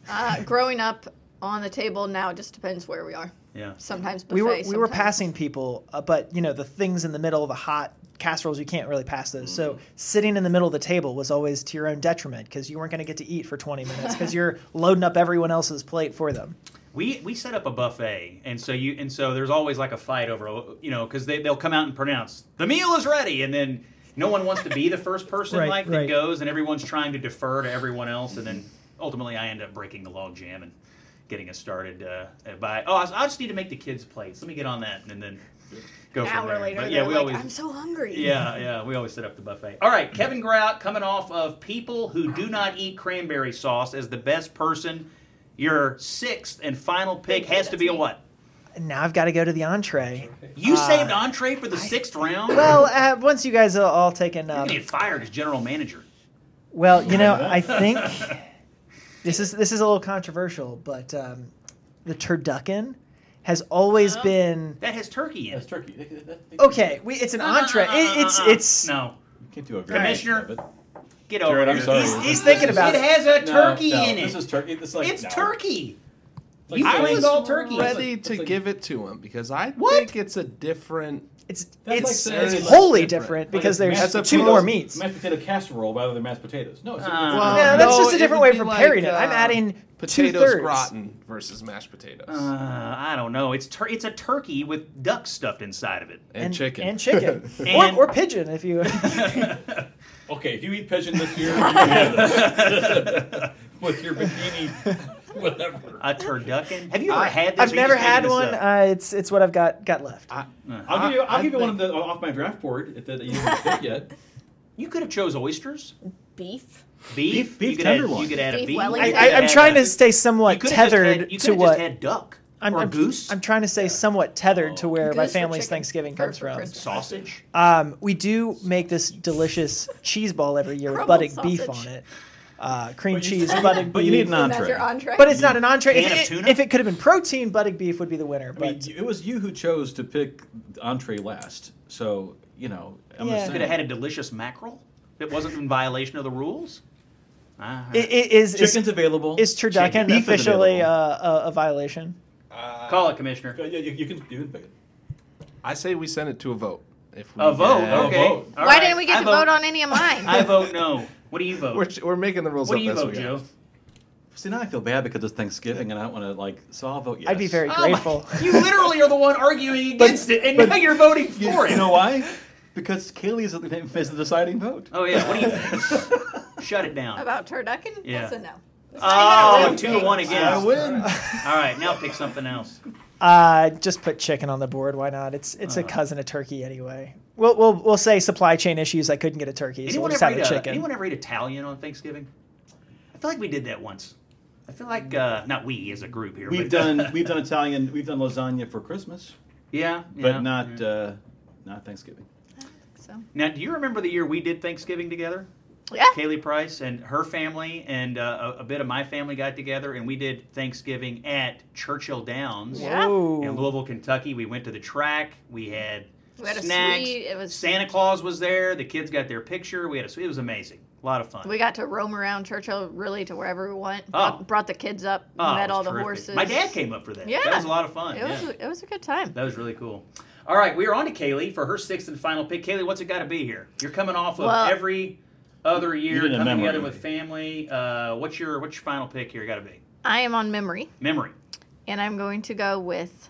D: Uh, growing up on the table now, it just depends where we are.
B: Yeah.
D: Sometimes buffet,
C: we were we were
D: sometimes-
C: passing people, uh, but you know the things in the middle, the hot casseroles, you can't really pass those. So
B: Mm-hmm.
C: sitting in the middle of the table was always to your own detriment because you weren't going to get to eat for 20 minutes because you're loading up everyone else's plate for them.
B: We we set up a buffet, and so you and so there's always like a fight over you know because they they'll come out and pronounce the meal is ready, and then no one wants to be the first person
C: Right,
B: like
C: right.
B: that goes, and everyone's trying to defer to everyone else, and then ultimately I end up breaking the log jam and getting us started uh, by oh I, I just need to make the kids plates. Let me get on that, and then go
D: An
B: from
D: hour
B: there.
D: later,
B: but yeah,
D: they're
B: we
D: like,
B: always
D: I'm so hungry.
B: yeah yeah we always set up the buffet. All right, Kevin Grout coming off of people who do not eat cranberry sauce as the best person. Your sixth and final pick
D: Okay,
B: has to
D: that's
B: be a
D: me.
B: what?
C: And now I've got to go to the entree.
B: You saved entree for the sixth round.
C: Well, uh, once you guys are all taken um,
B: you
C: up,
B: get fired as general manager.
C: well, you know I think this is this is a little controversial, but um, the turducken has always been
B: That has turkey in
E: That's
B: it.
E: turkey.
C: okay. We, it's an entree. It, it's it's
B: no.
E: You can't do a
B: Commissioner,
E: variation of it.
B: Get over
E: Jared, I'm
B: here.
E: sorry.
B: He's, he's
E: This
B: thinking
C: is-
B: about it.
C: this
B: has a
E: No,
B: turkey
E: no,
B: in it.
E: This is turkey. This is like,
B: it's
E: no.
B: turkey.
E: like
B: you
E: saying-
B: blamed all turkey.
F: Ready
E: It's
F: to
E: like-
F: give it to him because I
B: What?
F: think it's a different.
C: it's
E: That's like
C: it's,
E: saying
C: it's
E: it's
C: wholly different,
F: different.
C: because
E: Like
C: there's
E: mashed
C: two
E: potatoes-
C: more meats.
E: Mashed potato casserole rather than mashed potatoes. No, it's,
B: Uh,
E: it's,
B: Well,
C: Yeah, that's just a
F: it
C: different
F: would
C: way
F: be
C: of preparing it. I'm
F: uh,
C: adding
F: potatoes
C: two-thirds.
F: gratin versus mashed potatoes
B: Uh, I don't know. It's tur- it's a turkey with duck stuffed inside of it.
F: and, chicken
C: and chicken,
B: And-
C: or, or pigeon if you.
E: okay, if you eat pigeon this year, you have this. with your bikini, whatever.
B: A turducken. Have you ever
F: I-
B: had this?
C: I've
B: or you
C: never
B: just making
C: had
B: this
C: one.
B: up?
C: Uh, it's it's what I've got got left.
F: I-
E: I'll give you. I'll
F: I
E: give you one of the off my draft board that- that you haven't picked yet.
B: you could have chose oysters,
D: Beef.
B: beef,
E: Beef- beef
B: you could add-
E: tenderloin.
B: you could add a
D: Beef
B: beef.
D: Wellington.
B: You
C: I,
B: could
C: I,
B: have
C: I'm trying
B: had
C: to stay
B: You
C: somewhat
B: could've just had-
C: tethered
B: you
C: to
B: could've
C: what
B: Just had duck
C: I'm,
B: or
C: I'm-
B: goose, Oh.
C: I'm trying to stay somewhat tethered to where my
D: Goose or
C: family's
D: chicken?
C: Thanksgiving
D: Bird
C: comes
D: for
C: from.
D: Christmas.
B: sausage.
C: Um, we do make this delicious cheese ball every year with
D: Crumbled
C: buttock beef on
D: sausage.
C: it, uh, cream
E: But you-
C: cheese, buttock
E: But you
C: beef.
E: need an
D: And that's
E: entree.
D: your entree.
C: but it's not an entree.
B: Can of
C: If it,
B: tuna?
C: if it could have been protein, buttock beef would be the winner.
E: I
C: But
E: mean, it was you who chose to pick entree last, so you know. I'm
C: Yeah.
E: just
B: You could
E: saying.
B: have had a delicious mackerel that wasn't in violation of the rules. Ah,
C: it, it is, is
E: Chicken's available.
C: is turducken
E: Chicken. Beef is
C: officially uh,
E: available.
C: a, a violation?
B: call it, Commissioner.
E: Uh, yeah, you, you can you can pick it.
F: I say we send it to a vote. If we
B: A vote.
F: get-
E: A
B: Okay.
E: vote.
B: All
D: Why
B: right.
D: didn't we get
B: I
D: to vote on any of mine?
B: I vote no. What do you vote?
F: We're, we're making the rules
B: what
F: up
B: do you
F: as
B: vote,
F: we go.
B: Joe?
E: See, now I feel bad because it's Thanksgiving and I don't want to like. So I'll vote yes.
C: I'd be very
B: Oh my-
C: grateful.
B: You literally are the one arguing against it, and now you're voting for
E: You
B: it.
E: know why? Because Kaylee is the, is the deciding vote.
B: Oh yeah. What do you think? Shut it down.
D: About turducken?
B: Yeah.
D: That's a no. It's not even a
B: Oh,
D: real
B: two to
D: thing.
B: one again.
E: I win.
B: All right, now pick something else.
C: Uh, just put chicken on the board. Why not? It's it's
E: Uh.
C: a cousin of turkey anyway. We'll, we'll we'll say supply chain issues. I couldn't get a turkey, so
B: Anyone
C: we'll just
B: ever,
C: have
B: eat
C: a
B: uh,
C: chicken.
B: anyone ever eat Italian on Thanksgiving? I feel like we did that once. I feel like uh, not we as a group here. but-
E: We've done we've done Italian. We've done lasagna for Christmas,
B: yeah,
E: but
B: yeah,
E: not
B: yeah.
E: uh, not Thanksgiving.
D: So,
B: Now, do you remember the year we did Thanksgiving together?
D: yeah.
B: Kaylee Price and her family and uh, a, a bit of my family got together, and we did Thanksgiving at Churchill Downs
D: Yeah.
B: in
C: Whoa.
B: Louisville, Kentucky. We went to the track. We had,
D: We had a
B: snacks.
D: sweet- it was-
B: Santa Claus was there. The kids got their picture. We had a. sweet- It was amazing. A lot of fun.
D: We got to roam around Churchill, really, to wherever we went.
B: Oh.
D: Brought, brought the kids up,
B: Oh, it
D: met
B: was
D: all the
B: terrific.
D: horses.
B: My dad came up for that.
D: Yeah.
B: That was a lot of fun.
D: It was,
B: yeah.
D: it was a good time.
B: That was really cool. All right, we are on to Kaylee for her sixth and final pick. Kaylee, what's it got to be here? You're coming off of
D: Well-
B: every other year
E: did a
B: coming
E: memory.
B: together with family. Uh, what's your what's your final pick here? Got to be
D: I am on memory,
B: memory.
D: and I'm going to go with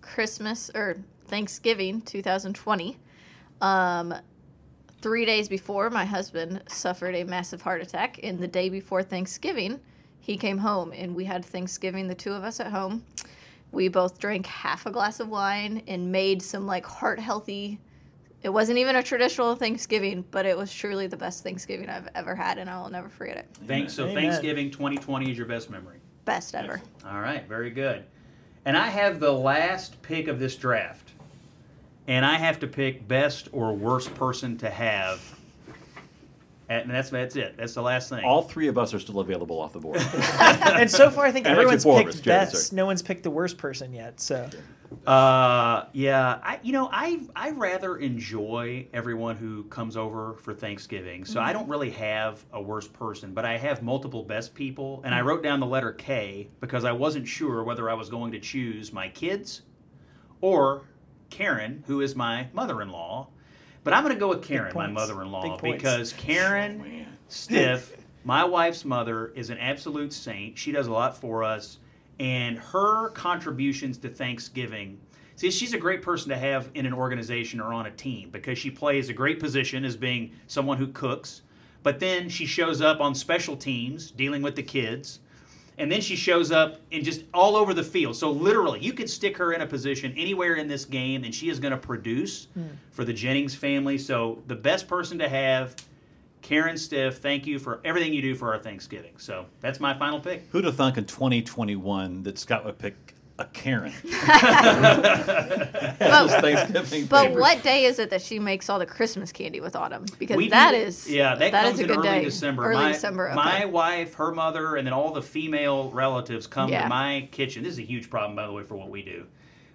D: Christmas or Thanksgiving 2020. Um, three days before, my husband suffered a massive heart attack, and the day before Thanksgiving, he came home, and we had Thanksgiving, the two of us at home. We both drank half a glass of wine and made some like heart healthy. It wasn't even a traditional Thanksgiving, but it was truly the best Thanksgiving I've ever had, and I will never forget it.
B: Thanks. So
C: Amen.
B: Thanksgiving 2020 is your best memory.
D: Best ever.
B: All right, very good. And I have the last pick of this draft, and I have to pick best or worst person to have And that's that's it. That's the last thing.
E: All three of us are still available off the board.
C: and so far, I think
E: And actually
C: everyone's
E: four of
C: picked
E: us, Jared,
C: best.
E: sorry.
C: No one's picked the worst person yet. So
B: Uh, yeah, I you know I I rather enjoy everyone who comes over for Thanksgiving, so I don't really have a worse person, but I have multiple best people, and I wrote down the letter K because I wasn't sure whether I was going to choose my kids or Karen, who is my mother-in-law, but I'm going to go with Karen, my
C: points.
B: mother-in-law,
C: Big points.
B: because Karen Stiff, my wife's mother, is an absolute saint. She does a lot for us, and her contributions to Thanksgiving. See, she's a great person to have in an organization or on a team because she plays a great position as being someone who cooks, but then she shows up on special teams dealing with the kids. And then she shows up and just all over the field. So literally, you could stick her in a position anywhere in this game, and she is going to produce for the Jennings family. So the best person to have, Karen Stiff. Thank you for everything you do for our Thanksgiving. So that's my final pick.
E: Who'd have thunk in 2021 that Scott would pick a Karen? As his Thanksgiving
D: But
E: favorite?
D: what day is it that she makes all the Christmas candy with Autumn? Because
B: We
D: that
B: do-
D: is
B: yeah, that,
D: that
B: comes
D: is a
B: in
D: good
B: early
D: day.
B: December.
D: Early
B: my,
D: December. Okay.
B: My wife, her mother, and then all the female relatives come
D: Yeah.
B: to my kitchen. This is a huge problem, by the way, for what we do.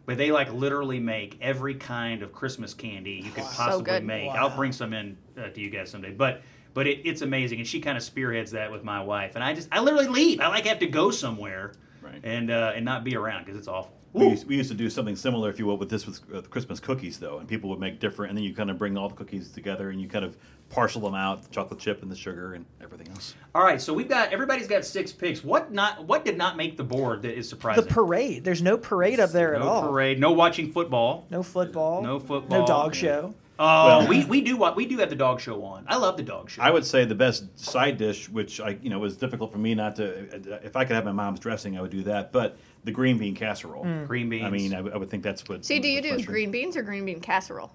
B: But they like literally make every kind of Christmas candy you could
D: So
B: possibly
D: good.
B: make.
C: Wow.
B: I'll bring some in uh, to you guys someday, but. But it, it's amazing, and she kind of spearheads that with my wife. And I just, I literally leave. I like have to go somewhere,
E: Right.
B: and uh, and not be around because it's awful.
E: We used, we used to do something similar, if you will, with this with uh, Christmas cookies, though, and people would make different, and then you kind of bring all the cookies together and you kind of parcel them out, the chocolate chip and the sugar and everything else.
B: All right, so we've got everybody's got six picks. What not? What did not make the board that is
C: the
B: surprising?
C: parade. There's no parade up there
B: no
C: at all.
B: parade, no watching football.
C: No football.
B: No football.
C: No dog
B: Yeah.
C: show.
B: Oh,
E: Well-
B: we, we do what we do have the dog show on. I love the dog show.
E: I would say the best side dish, which I you know was difficult for me not to. uh, If I could have my mom's dressing, I would do that. But the green bean casserole,
B: Mm. green beans.
E: I mean, I, would- I would think that's what.
D: See, do you
E: what's
D: do
E: Western-
D: green beans or green bean casserole?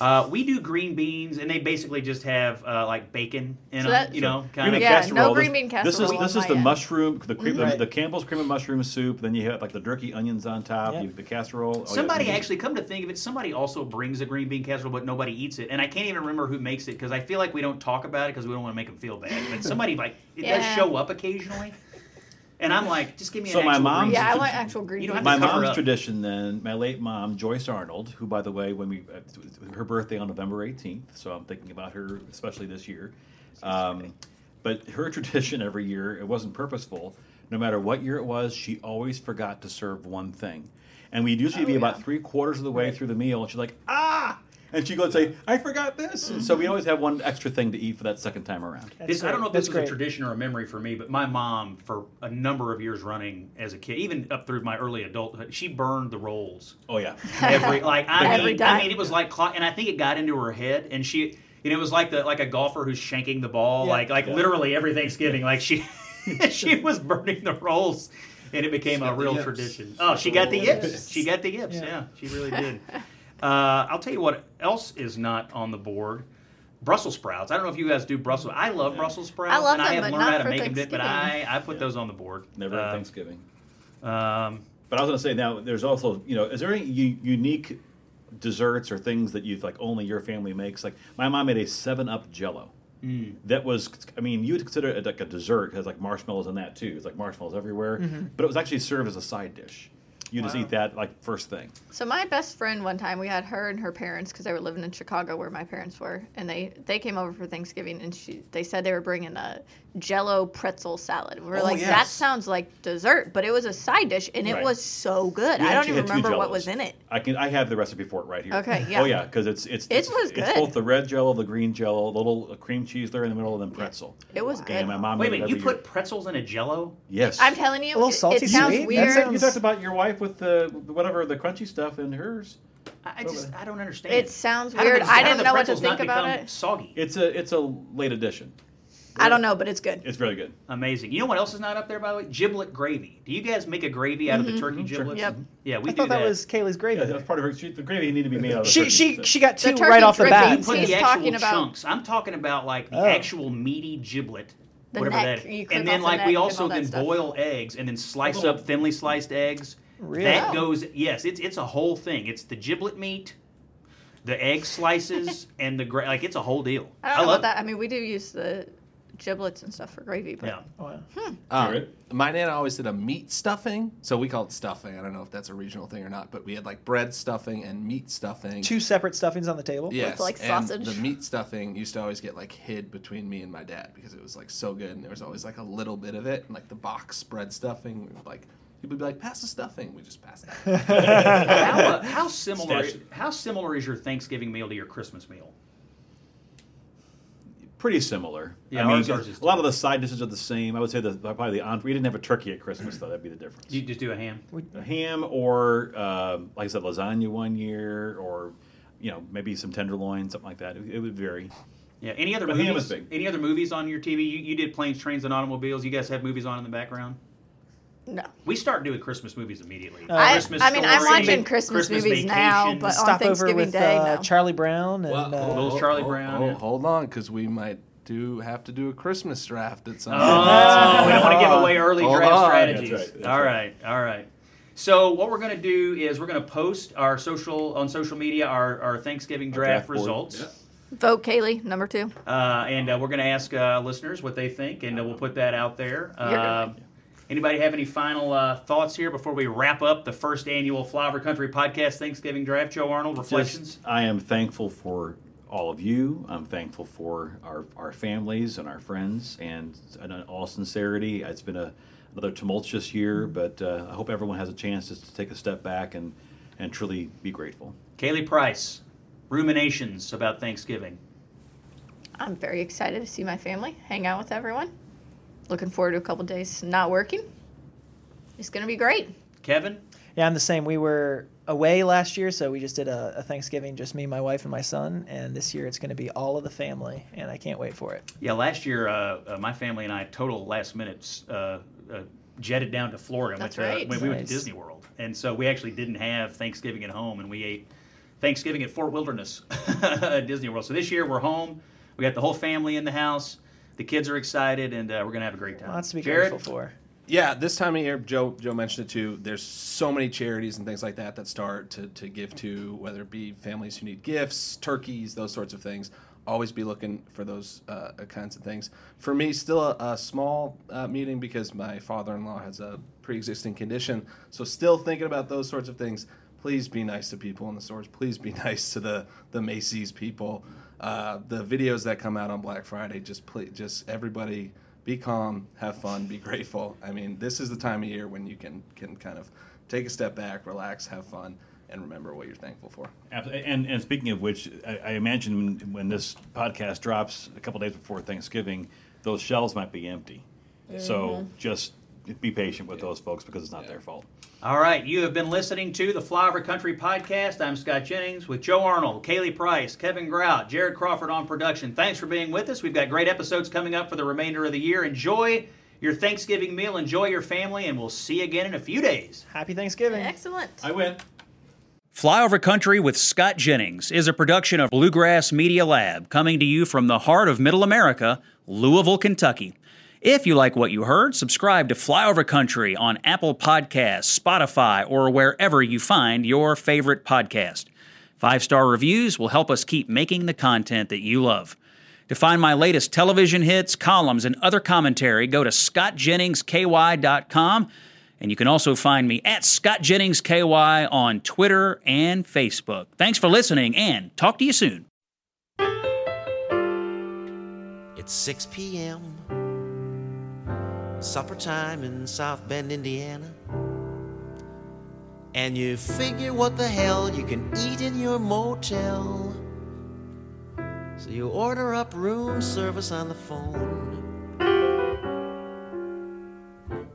B: uh, we do green beans, and they basically just have uh, like bacon in
D: So
B: 'em,
D: that-
B: you know,
E: Green Oh,
B: kind
E: bean
B: of.
D: Yeah. no
E: This-
D: green bean
E: This is
D: casserole
E: this
D: on
E: is
D: my
E: the
D: end.
E: mushroom, the, cream, the,
C: Right.
E: the Campbell's cream and mushroom soup. Then you have like the turkey onions on top.
C: Yeah.
E: You have the casserole. Oh, yeah,
B: Somebody
E: green bean-
B: actually, come to think of it, somebody also brings a green bean casserole, but nobody eats it, and I can't even remember who makes it because I feel like we don't talk about it because we don't want to make them feel bad. But somebody like it does
D: Yeah.
B: show up occasionally, and I'm like, just give me
E: So
B: an
E: my
B: actual green
E: mom's-
B: bean
D: Yeah, I want actual green
B: You don't have
D: beans.
E: My
B: to cover
E: mom's
B: up.
E: tradition then, my late mom, Joyce Arnold, who, by the way, when we, uh, her birthday on November 18th, so I'm thinking about her, especially this year. Um, but her tradition every year, it wasn't purposeful. No matter what year it was, she always forgot to serve one thing. And we'd usually
B: Oh,
E: be about three quarters of the way through the meal, and she's like, ah! And she'd go and say, I forgot this. And so we always have one extra thing to eat for that second time around.
B: This, I
C: great.
B: don't know if
C: That's
B: this was a
C: great.
B: tradition or a memory for me, but my mom, for a number of years running as a kid, even up through my early adulthood, she burned the rolls
E: Oh, yeah.
B: every like I
D: Every
B: mean,
D: time.
B: I mean it was like clock, and I think it got into her head, and she, and it was like the like a golfer who's shanking the ball,
C: Yeah.
B: like like literally every Thanksgiving, like she she was burning the rolls, and it became a
F: got the
B: real
F: yips.
B: tradition. Oh, she got the yips. She got the yips.
C: Yeah.
B: Yeah, she really did. Uh, I'll tell you what else is not on the board. Brussels sprouts. I don't know if you guys do Brussels. I love Brussels sprouts,
D: I love
B: and I
D: them,
B: have
D: but
B: learned
D: not
B: how to
D: for
B: make them. But I,
D: Thanksgiving.
B: I put those on the board.
E: Never at
B: Uh,
E: Thanksgiving.
B: Um,
E: But I was going to say now, there's also you know, is there any u- unique desserts or things that you've like only your family makes? Like my mom made a Seven Up Jello.
D: Mm.
E: That was, I mean, you would consider it like a dessert because like marshmallows in that too. It's like marshmallows everywhere,
D: Mm-hmm.
E: but it was actually served as a side dish. You just eat that like first thing.
D: So my best friend one time we had her and her parents because they were living in Chicago where my parents were, and they they came over for Thanksgiving and she they said they were bringing a Jello pretzel salad. We were
E: Oh,
D: like, that
E: yes.
D: sounds like dessert, but it was a side dish and it
E: Right.
D: was so good.
E: We
D: I don't
E: actually
D: even
E: had two
D: remember what
E: Jellos.
D: was in it.
E: I can I have the recipe for it right here.
D: Okay,
E: Oh
D: yeah.
E: yeah, because it's it's
D: It
E: it's,
D: was
E: it's
D: good.
E: both the red jello, the green jello, the little uh, cream cheese there in the middle, and then pretzel.
D: It was
E: And
D: good.
E: my mom
B: wait a
E: made it
B: minute. You
E: every year.
B: put pretzels in a Jello?
E: yes.
D: I'm telling you,
C: A little
D: it-
C: salty
D: it sounds
C: sweet,
D: weird.
C: that sounds-
E: You talked about your wife with the whatever the crunchy stuff and hers.
B: I I just I don't understand.
D: It sounds
B: How did
D: weird.
B: the-
D: I
B: how
D: didn't
B: did the
D: know what to
B: pretzels not
D: think about
B: become
D: it.
B: Soggy.
E: It's a it's a late addition.
D: I don't know, but it's good.
E: It's very good.
B: Amazing. You know what else is not up there by the way? Giblet gravy. Do you guys make a gravy out of the turkey giblets?
D: Mm-hmm.
B: Mm-hmm.
D: Yep.
B: Yeah, we
C: I
B: do
C: thought that, was Kaylee's gravy.
E: Yeah, that's part of her. She, the gravy needed to be made out of.
C: she
E: turkey,
C: she
E: so.
C: she got
D: The
C: two
D: turkey
C: right off the
D: dripping
B: You
C: bat.
D: That's
B: put
D: he's
B: the actual
D: talking about.
B: chunks. I'm talking about like the
C: Oh.
B: actual meaty giblet.
D: The
B: whatever
D: neck,
B: that
D: you
B: is.
D: clip
B: And then
D: off the
B: like
D: neck
B: we
D: and
B: also
D: all that
B: then
D: stuff.
B: boil eggs and then slice
E: Little-
B: up thinly sliced eggs.
C: Really?
B: That
D: Wow.
B: goes yes, it's it's a whole thing. It's the giblet meat, the egg slices and the gra- like. It's a whole deal.
D: I don't know
B: love
D: about that. I mean, we do use the giblets and stuff for gravy,
B: it.
D: but
B: Yeah.
C: Wow.
F: Um,
E: Alright.
F: My nana always did a meat stuffing, so we call it stuffing. I don't know if that's a regional thing or not, but we had like bread stuffing and meat stuffing.
C: Two separate stuffings on the table.
F: yes,
D: like,
F: and
D: sausage.
F: the meat stuffing used to always get like hid between me and my dad because it was like so good, and there was always like a little bit of it, and like the box bread stuffing. We would, like people would be like, "Pass the stuffing," we just pass that.
B: how, uh, how similar?
E: Stash it.
B: How similar is your Thanksgiving meal to your Christmas meal?
E: Pretty similar.
B: Yeah,
E: I mean,
B: ours- ours is
E: a lot of the side dishes are the same. I would say the probably the entree. We didn't have a turkey at Christmas though. That'd be the difference.
B: You just do a ham.
E: a ham or um like I said, lasagna one year, or you know maybe some tenderloin, something like that. It, it would vary.
B: Yeah. Any other
E: But ham
B: movies?
E: is big.
B: Any other movies on your TV? You, you did planes, trains, and automobiles. You guys have movies on in the background.
D: no. Uh,
B: We start doing Christmas movies immediately.
C: I-
B: Christmas
D: I mean, I'm watching Christmas movies now,
B: Vacation.
D: but- on
C: Stop over
D: Thanksgiving
C: with
D: Day,
C: uh,
D: no.
C: Charlie Brown and uh,
B: Little Charlie Brown,
F: Oh,
B: yeah.
F: hold on, because we might do have to do a Christmas draft at some.
B: Oh, we don't want to give away early
F: Hold
B: draft
F: on.
B: strategies.
E: That's right, that's
B: all right, all right. So what we're going to do is we're going to post our social on social media our, our Thanksgiving draft,
E: draft board,
B: results,
D: Vote Kaylee, number two.
B: uh, and uh, we're going to ask uh, listeners what they think, and uh, we'll put that out there.
D: You're
B: Uh, anybody have any final uh, thoughts here before we wrap up the first annual Flower Country Podcast Thanksgiving Draft? Joe Arnold, reflections.
E: Just, I am thankful for all of you. I'm thankful for our, our families and our friends. And in all sincerity, it's been a, another tumultuous year, but uh, I hope everyone has a chance just to take a step back and, and truly be grateful.
B: Kaylee Price, ruminations about Thanksgiving.
D: I'm very excited to see my family, hang out with everyone. Looking forward to a couple days not working. It's going to be great.
B: Kevin,
C: yeah, I'm the same. We were away last year, so we just did a, a Thanksgiving, just me, my wife, and my son. And this year, it's going to be all of the family, and I can't wait for it.
B: Yeah, last year, uh, uh, my family and I total last minute uh, uh, jetted down to Florida. and
D: That's
B: went to,
D: right.
B: We, we went
C: Nice.
B: to Disney World, and so we actually didn't have Thanksgiving at home, and we ate Thanksgiving at Fort Wilderness, at Disney World. So this year we're home. We got the whole family in the house. The kids are excited, and uh, we're gonna have a great time.
C: Lots to be
B: Jared,
C: grateful for.
F: Yeah, this time of year, Joe Joe mentioned it too. There's so many charities and things like that that start to, to give to, whether it be families who need gifts, turkeys, those sorts of things. Always be looking for those uh, kinds of things. For me, still a, a small uh, meeting because my father-in-law has a pre-existing condition. So still thinking about those sorts of things. Please be nice to people in the stores. Please be nice to the the Macy's people. Uh, the videos that come out on Black Friday, just please, just everybody be calm, have fun, be grateful. I mean, this is the time of year when you can can kind of take a step back, relax, have fun, and remember what you're thankful for.
E: Abs- And, and speaking of which, I, I imagine when, when this podcast drops a couple days before Thanksgiving, those shelves might be empty. So just be patient with those folks because it's not their fault.
B: All right, you have been listening to the Flyover Country podcast. I'm Scott Jennings with Joe Arnold, Kaylee Price, Kevin Grout, Jared Crawford on production. Thanks for being with us. We've got great episodes coming up for the remainder of the year. Enjoy your Thanksgiving meal, enjoy your family, and we'll see you again in a few days.
C: Happy Thanksgiving.
D: Excellent.
E: I win.
B: Flyover Country with Scott Jennings is a production of Bluegrass Media Lab, coming to you from the heart of Middle America, Louisville, Kentucky. If you like what you heard, subscribe to Flyover Country on Apple Podcasts, Spotify, or wherever you find your favorite podcast. Five star reviews will help us keep making the content that you love. To find my latest television hits, columns, and other commentary, go to scottjenningsky.com. And you can also find me at scottjenningsky on Twitter and Facebook. Thanks for listening and talk to you soon.
G: It's 6 p.m. Supper time in South Bend, Indiana. And you figure what the hell you can eat in your motel. So you order up room service on the phone.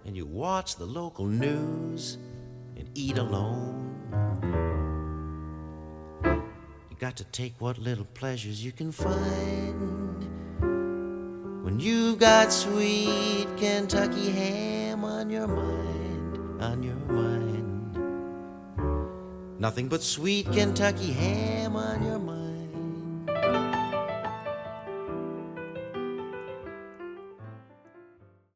G: And you watch the local news and eat alone. You got to take what little pleasures you can find when you've got sweet Kentucky ham on your mind, on your mind. Nothing but sweet Kentucky ham on your mind.